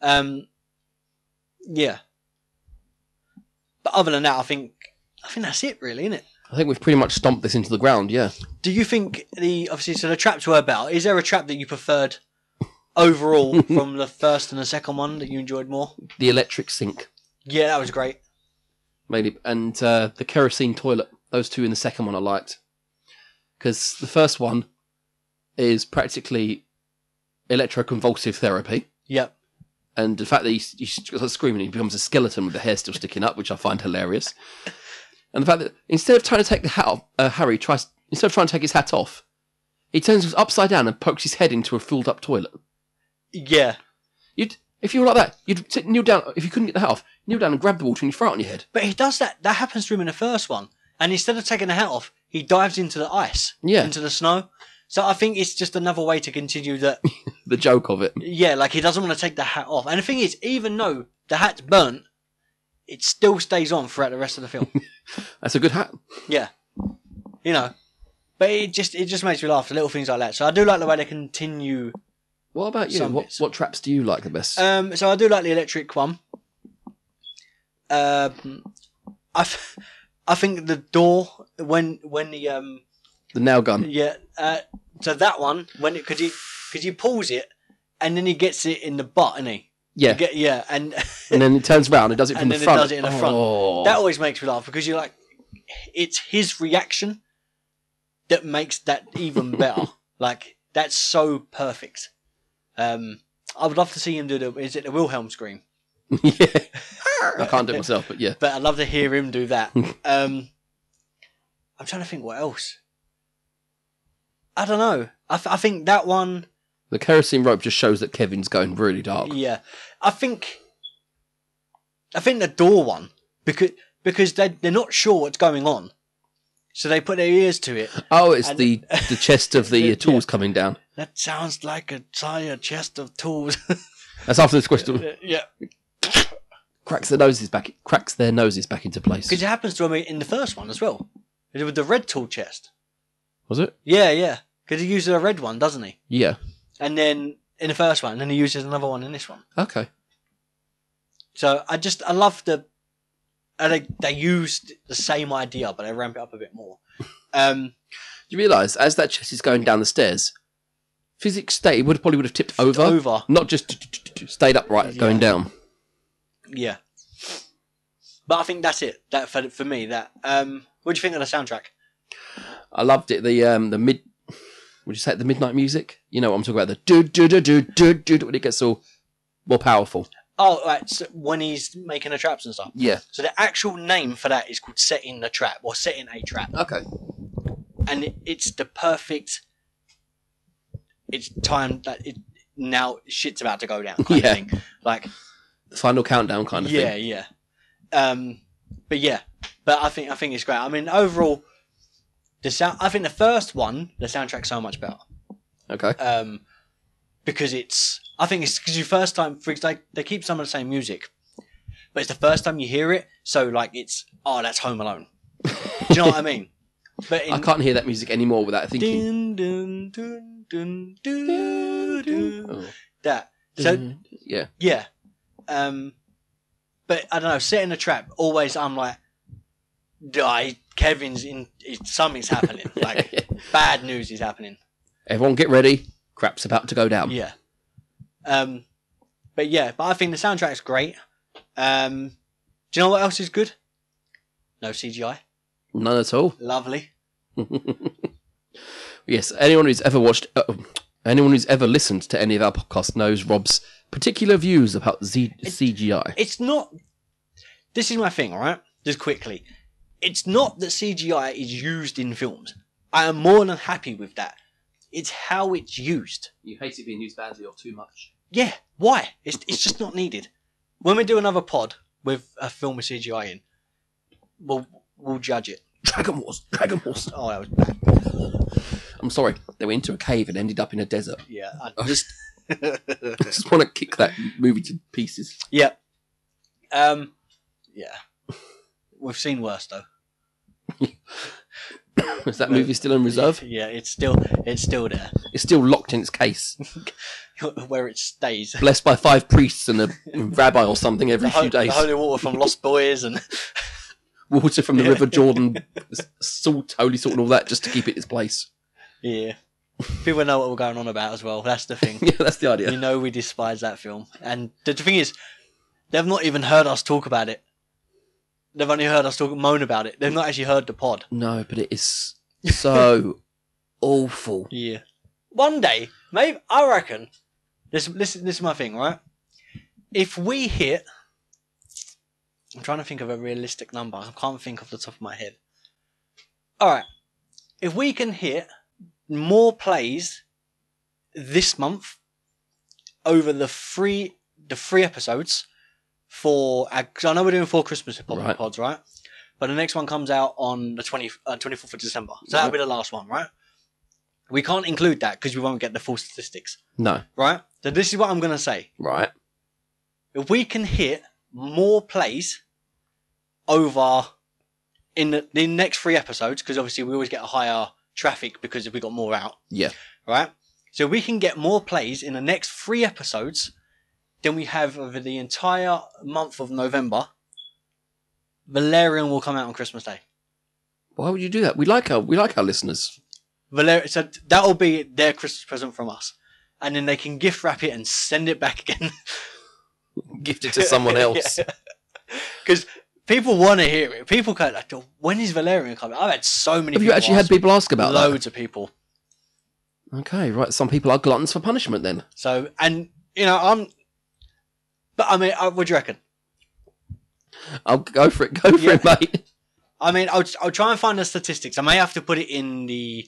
B: Um, yeah. But other than that, I think I think that's it really, isn't it?
A: I think we've pretty much stomped this into the ground. Yeah.
B: Do you think the obviously so the traps were about? Is there a trap that you preferred overall from the first and the second one that you enjoyed more?
A: The electric sink,
B: Yeah, that was great.
A: maybe, and uh, the kerosene toilet. Those two in the second one I liked because the first one is practically electroconvulsive therapy,
B: Yep.
A: and the fact that he, he starts screaming, he becomes a skeleton with the hair still sticking up, which I find hilarious. And the fact that instead of trying to take the hat off, uh, Harry tries instead of trying to take his hat off, he turns his upside down and pokes his head into a filled up toilet.
B: Yeah.
A: You'd if you were like that, you'd sit, kneel down. If you couldn't get the hat off, kneel down and grab the water and you throw it on your head.
B: But he does that. That happens to him in the first one. And instead of taking the hat off, he dives into the ice,
A: Yeah.
B: into the snow. So I think it's just another way to continue that.
A: The joke of it.
B: yeah, like he doesn't want to take the hat off. And the thing is, even though the hat's burnt, it still stays on throughout the rest of the film.
A: That's a good hat.
B: yeah, you know. But it just it just makes me laugh. The little things like that. So I do like the way they continue.
A: What about you?
B: Some
A: What,
B: bits.
A: what traps do you like the best?
B: Um, so I do like the electric one. Um, I, th- I think the door when when the um
A: the nail gun.
B: Yeah. Uh, so that one, when it because he because he pulls it, and then he gets it in the butt, and he
A: Yeah.
B: Get, yeah, and
A: and then he turns round and does it
B: And
A: from the
B: then it
A: front.
B: does it in the front.
A: Oh.
B: that always makes me laugh because you're like, it's his reaction that makes that even better. like that's so perfect. Um, I would love to see him do the is it the Wilhelm scream,
A: yeah. I can't do it myself, but yeah.
B: but I'd love to hear him do that. um, I'm trying to think what else. I don't know. I, th- I think that one.
A: The kerosene rope just shows that Kevin's going really dark.
B: Yeah, I think, I think the door one because because they they're not sure what's going on, so they put their ears to it.
A: Oh, it's
B: And-
A: the the chest of the uh,
B: Yeah.
A: tools coming down.
B: That sounds like a entire chest of tools.
A: That's after this question.
B: yeah,
A: cracks their noses back. Cracks their noses back into place.
B: because it happens to him in the first one as well with the red tool chest.
A: Was it?
B: Yeah, yeah, because he uses a red one, doesn't he?
A: Yeah.
B: And then in the first one, and then he uses another one in this one.
A: Okay.
B: So I just I love the and they they used the same idea, but they ramp it up a bit more. Um,
A: You realise as that chest is going down the stairs, physics state it would probably would have tipped over,
B: over.
A: not just stayed upright
B: Yeah.
A: going down.
B: Yeah. But I think that's it. That for, for me. That. Um, what do you think of the soundtrack?
A: I loved it. The um the mid, would you say it, the midnight music? You know what I'm talking about? The do do do do do do when it gets all more powerful.
B: Oh, right. So when he's making the traps and stuff.
A: Yeah.
B: So the actual name for that is called setting the trap or setting a trap,
A: Okay.
B: and it, it's the perfect. It's time that it now shit's about to go down. Kind
A: Yeah.
B: Of thing. Like
A: Final countdown kind of
B: yeah,
A: thing.
B: yeah. Um, but yeah, but I think I think it's great. I mean, overall, the sound. I think the first one, the soundtrack's so much better.
A: Okay.
B: um, because it's I think it's because you first time for like they keep some of the same music, but it's the first time you hear it, so like it's oh that's Home Alone. Do you know what I mean? But in,
A: I can't hear that music anymore without thinking.
B: Dun, dun, dun, dun, dun, dun.
A: Oh.
B: that so
A: Dun. Mm-hmm. yeah.
B: yeah, um, but I don't know. Setting a trap always I'm like, I Kevin's in something's happening like bad news is happening.
A: Everyone get ready. Crap's about to go down.
B: Yeah. Um, but yeah, but I think the soundtrack's great. Um, do you know what else is good? No CGI.
A: None at all.
B: Lovely.
A: Yes, anyone who's ever watched, uh, anyone who's ever listened to any of our podcasts knows Rob's particular views about Z- CGI.
B: It's not. This is my thing, all right? Just quickly. It's not that CGI is used in films. I am more than happy with that. It's how it's used.
A: You hate it being used badly or too much.
B: Yeah. Why? It's it's just not needed. When we do another pod with a film with CGI in, we'll we'll judge it.
A: Dragon Wars, Dragon Wars.
B: Oh, that was bad.
A: I'm sorry, they went into a cave and ended up in a desert.
B: Yeah. I
A: I just, I just want to kick that movie to pieces.
B: Yeah. Um, yeah. We've seen worse though.
A: Is that movie still in reserve?
B: Yeah, it's still it's still there
A: It's still locked in its case,
B: where it stays.
A: blessed by five priests and a rabbi or something every
B: The, ho-
A: few
B: the
A: days.
B: holy water from Lost Boys and
A: Water from the
B: Yeah.
A: River Jordan, s- salt, holy salt, and all that, just to keep it its place.
B: yeah, people know what we're going on about as well. That's the thing.
A: Yeah, that's the idea.
B: You know, we despise that film, and the thing is, they've not even heard us talk about it. They've only heard us talk moan about it. They've not actually heard the pod.
A: No, but it is so awful.
B: Yeah. One day, maybe I reckon. This this this is my thing, right? If we hit, I'm trying to think of a realistic number. I can't think off the top of my head. All right, if we can hit more plays this month over the three the three episodes for our- 'cause I know we're doing four Christmas pod-
A: Right.
B: pods, right? But the next one comes out on the 20, uh, 24th of December. So that'll be the last one, right? We can't include that because we won't get the full statistics,
A: No,
B: right? So this is what I'm going to say.
A: right?
B: If we can hit more plays over in the, the next three episodes, because obviously we always get a higher traffic because we got more out,
A: Yeah,
B: right? So we can get more plays in the next three episodes than we have over the entire month of November. Valerian will come out on Christmas Day.
A: why would you do that? We like our we like our listeners.
B: Valerian, so that'll be their Christmas present from us, and then they can gift wrap it and send it back again
A: Gift it to someone else.
B: because people want to hear it. People go like, "When is Valerian coming?" I've had so many.
A: Have you
B: people
A: actually had
B: ask
A: people ask about that?
B: loads of people.
A: Okay, right. Some people are gluttons for punishment then.
B: So and you know I'm, but I mean, I, what do you reckon?
A: I'll go for it. Go for
B: Yeah.
A: it, mate.
B: I mean, I'll, I'll try and find the statistics. I may have to put it in the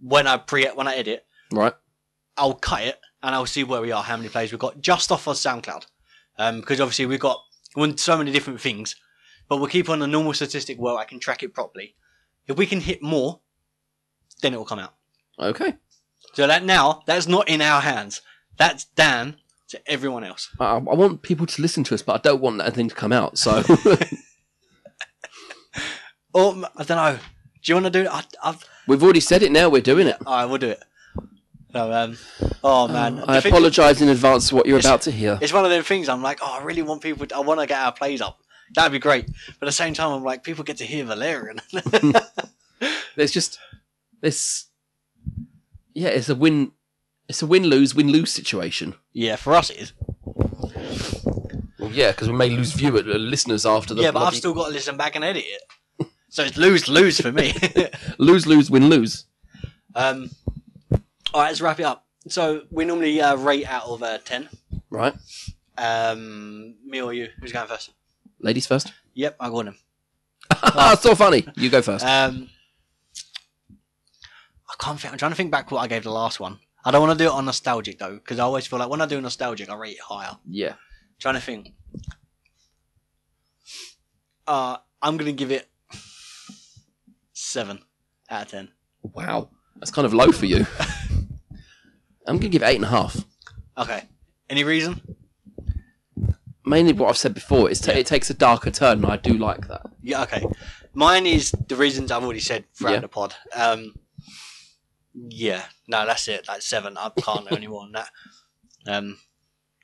B: when I pre when I edit.
A: Right.
B: I'll cut it and I'll see where we are, how many plays we've got, just off of SoundCloud, um, because obviously we've got we're on so many different things. But we'll keep on a normal statistic where I can track it properly. If we can hit more, then it will come out.
A: Okay.
B: So that now that's not in our hands. That's Dan to everyone else.
A: I, I want people to listen to us, but I don't want anything to come out. So
B: Or mm, I don't know. Do you want to do? I, I,
A: we've already said it. Now we're doing it.
B: all right, we'll do it. No, um, oh man,
A: I
B: The thing-
A: apologise in advance for what you're
B: It's-
A: about to hear.
B: It's one of those things. I'm like, oh, I really want people. To, I want to get our plays up. That'd be great. But at the same time, I'm like, people get to hear Valerian.
A: There's just this. Yeah, it's a win. It's a win lose win lose situation.
B: yeah, for us it is.
A: Well, yeah, because we may lose viewers, uh, listeners after the
B: yeah, but I've
A: bloody-
B: still got to listen back and edit it. So it's lose lose for me.
A: lose lose win lose.
B: um, all right, let's wrap it up. So we normally uh, rate out of uh, ten.
A: Right,
B: Um, me or you? Who's going first?
A: ladies first.
B: Yep, I got him.
A: Ah, so funny. You go first.
B: Um, I can't think. I'm trying to think back what I gave the last one. I don't want to do it on nostalgic though, because I always feel like when I do nostalgic, I rate it higher.
A: yeah,
B: Trying to think. Uh, I'm gonna give it seven out of ten.
A: Wow, that's kind of low for you. I'm gonna give it eight and a half.
B: Okay. Any reason?
A: Mainly what I've said before is ta
B: Yeah.
A: it takes a darker turn, and I do like that.
B: Yeah. Okay. Mine is the reasons I've already said throughout
A: Yeah.
B: the pod. Um. Yeah. No, that's it. That's seven. I can't do any more than that. Um.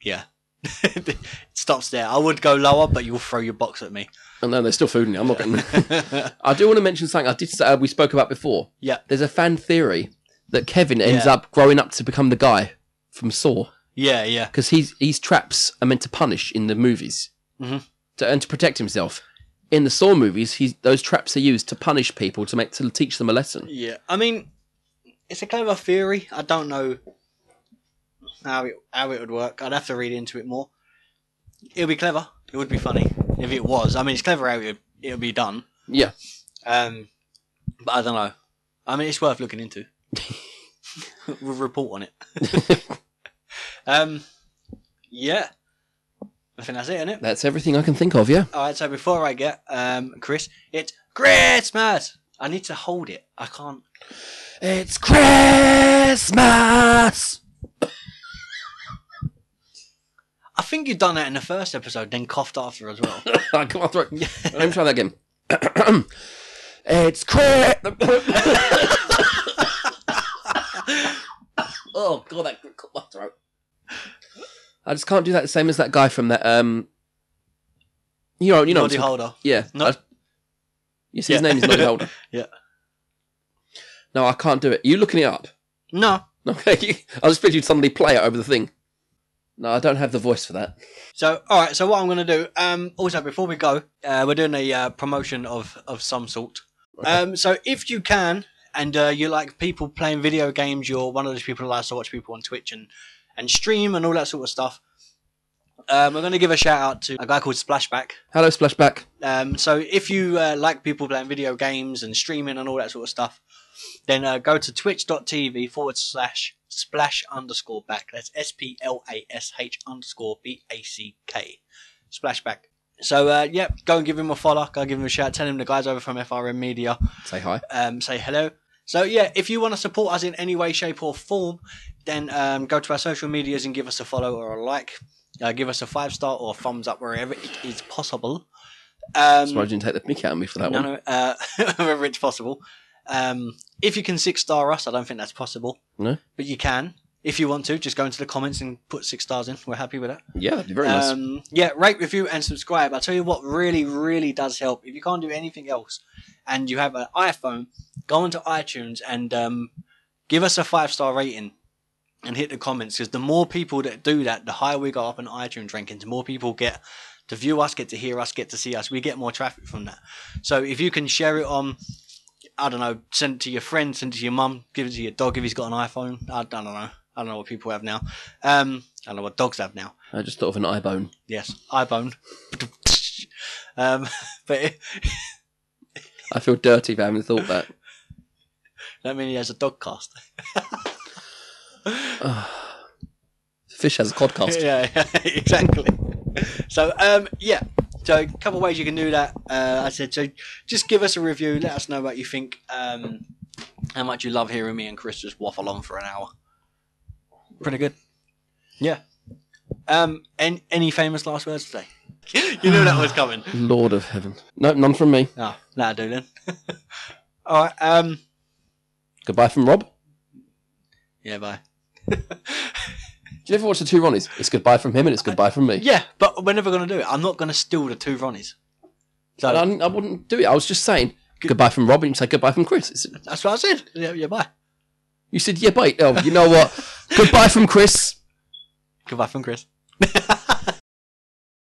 B: Yeah. it stops there. I would go lower, but you'll throw your box at me.
A: And then there's still food in it. I'm not going. to I do want to mention something I did say- uh, we spoke about before.
B: Yeah.
A: There's a fan theory that Kevin ends
B: Yeah.
A: up growing up to become the guy from Saw
B: yeah. Yeah.
A: because he's he's traps are meant to punish in the movies
B: Mhm.
A: to and to protect himself. In the Saw movies, he's, those traps are used to punish people to make to teach them a lesson.
B: Yeah, I mean, it's a clever theory. I don't know how it how it would work. I'd have to read into it more. It'll be clever. It would be funny if it was. I mean, it's clever how it it'll be done.
A: Yeah,
B: Um, but I don't know. I mean, it's worth looking into. we'll report on it. um, yeah, I think that's it, isn't it?
A: that's everything I can think of. Yeah,
B: All right. So before I get um Chris, it's Christmas. I need to hold it. I can't.
A: it's Christmas.
B: I think you've done that in the first episode, then coughed after as well.
A: I can't throw. Let me try that again. It's crap. oh god, that cut my throat. I just can't do that. The same as that guy from that. Um, you know, you know, what
B: Noddy
A: I'm talking-
B: Holder.
A: yeah.
B: No-
A: I- yes,
B: Yeah.
A: his name is Noddy Holder.
B: Yeah.
A: No, I can't do it. You looking it up?
B: No.
A: Okay, I was expecting somebody play it over the thing. No, I don't have the voice for that.
B: So, all right. So, what I'm going to do? Um, also, before we go, uh, we're doing a uh, promotion of of some sort. Um, so, if you can, and uh, you like people playing video games, you're one of those people who likes to watch people on Twitch and and stream and all that sort of stuff. Um, we're going to give a shout out to a guy called Splashback.
A: Hello, Splashback.
B: Um, so if you uh, like people playing video games and streaming and all that sort of stuff, then uh, go to twitch.tv forward slash splash underscore back. That's S P L A S H underscore B A C K. Splashback. So, uh, yep, go and give him a follow. Go give him a shout. Tell him the guys over from FRM Media
A: Say hi.
B: um, say hello. So yeah, if you want to support us in any way, shape, or form, then um, go to our social medias and give us a follow or a like. Uh, give us a five star or a thumbs up wherever it is possible. Um,
A: Sorry, I didn't take the mick out of me for that
B: no,
A: one.
B: no, uh, wherever it's possible. Um, if you can six star us, I don't think that's possible.
A: No?
B: but you can if you want to. Just go into the comments and put six stars in. We're happy with that.
A: Yeah, that'd be very nice.
B: Um, yeah, rate, review, and subscribe. I tell you what, really, really does help. If you can't do anything else, and you have an iPhone, go onto iTunes and um, give us a five star rating and hit the comments because the more people that do that, the higher we go up in iTunes rankings. The more people get to view us, get to hear us, get to see us. We get more traffic from that. So if you can share it on. I don't know. Send it to your friend. Send it to your mum. Give it to your dog if he's got an iPhone. I don't know. I don't know what people have now. Um, I don't know what dogs have now.
A: I just thought of an eye bone.
B: Yes, I bone. Um, but it,
A: I feel dirty for having thought that.
B: that means he has a dog cast.
A: Fish has a podcast.
B: yeah, yeah, exactly. So, um, yeah. So, a couple of ways you can do that. Uh, I said, so just give us a review. Let us know what you think. Um, how much you love hearing me and Chris just waffle on for an hour. Pretty good. Yeah. Um, and any famous last words today? you knew that was coming.
A: Lord of heaven. No, none from me.
B: Oh, that'll do then. All right. Um,
A: Goodbye from Rob.
B: yeah, bye.
A: Do you ever watch the two Ronnies? It's goodbye from him and it's goodbye from me.
B: Yeah, but we're never going to do it. I'm not going to steal the two Ronnies. So
A: And I, I wouldn't do it. I was just saying goodbye from Rob and you say goodbye from Chris. It's-
B: that's what I said. Yeah, yeah, bye.
A: you said, yeah, bye. Oh, you know what? goodbye from Chris.
B: Goodbye from Chris.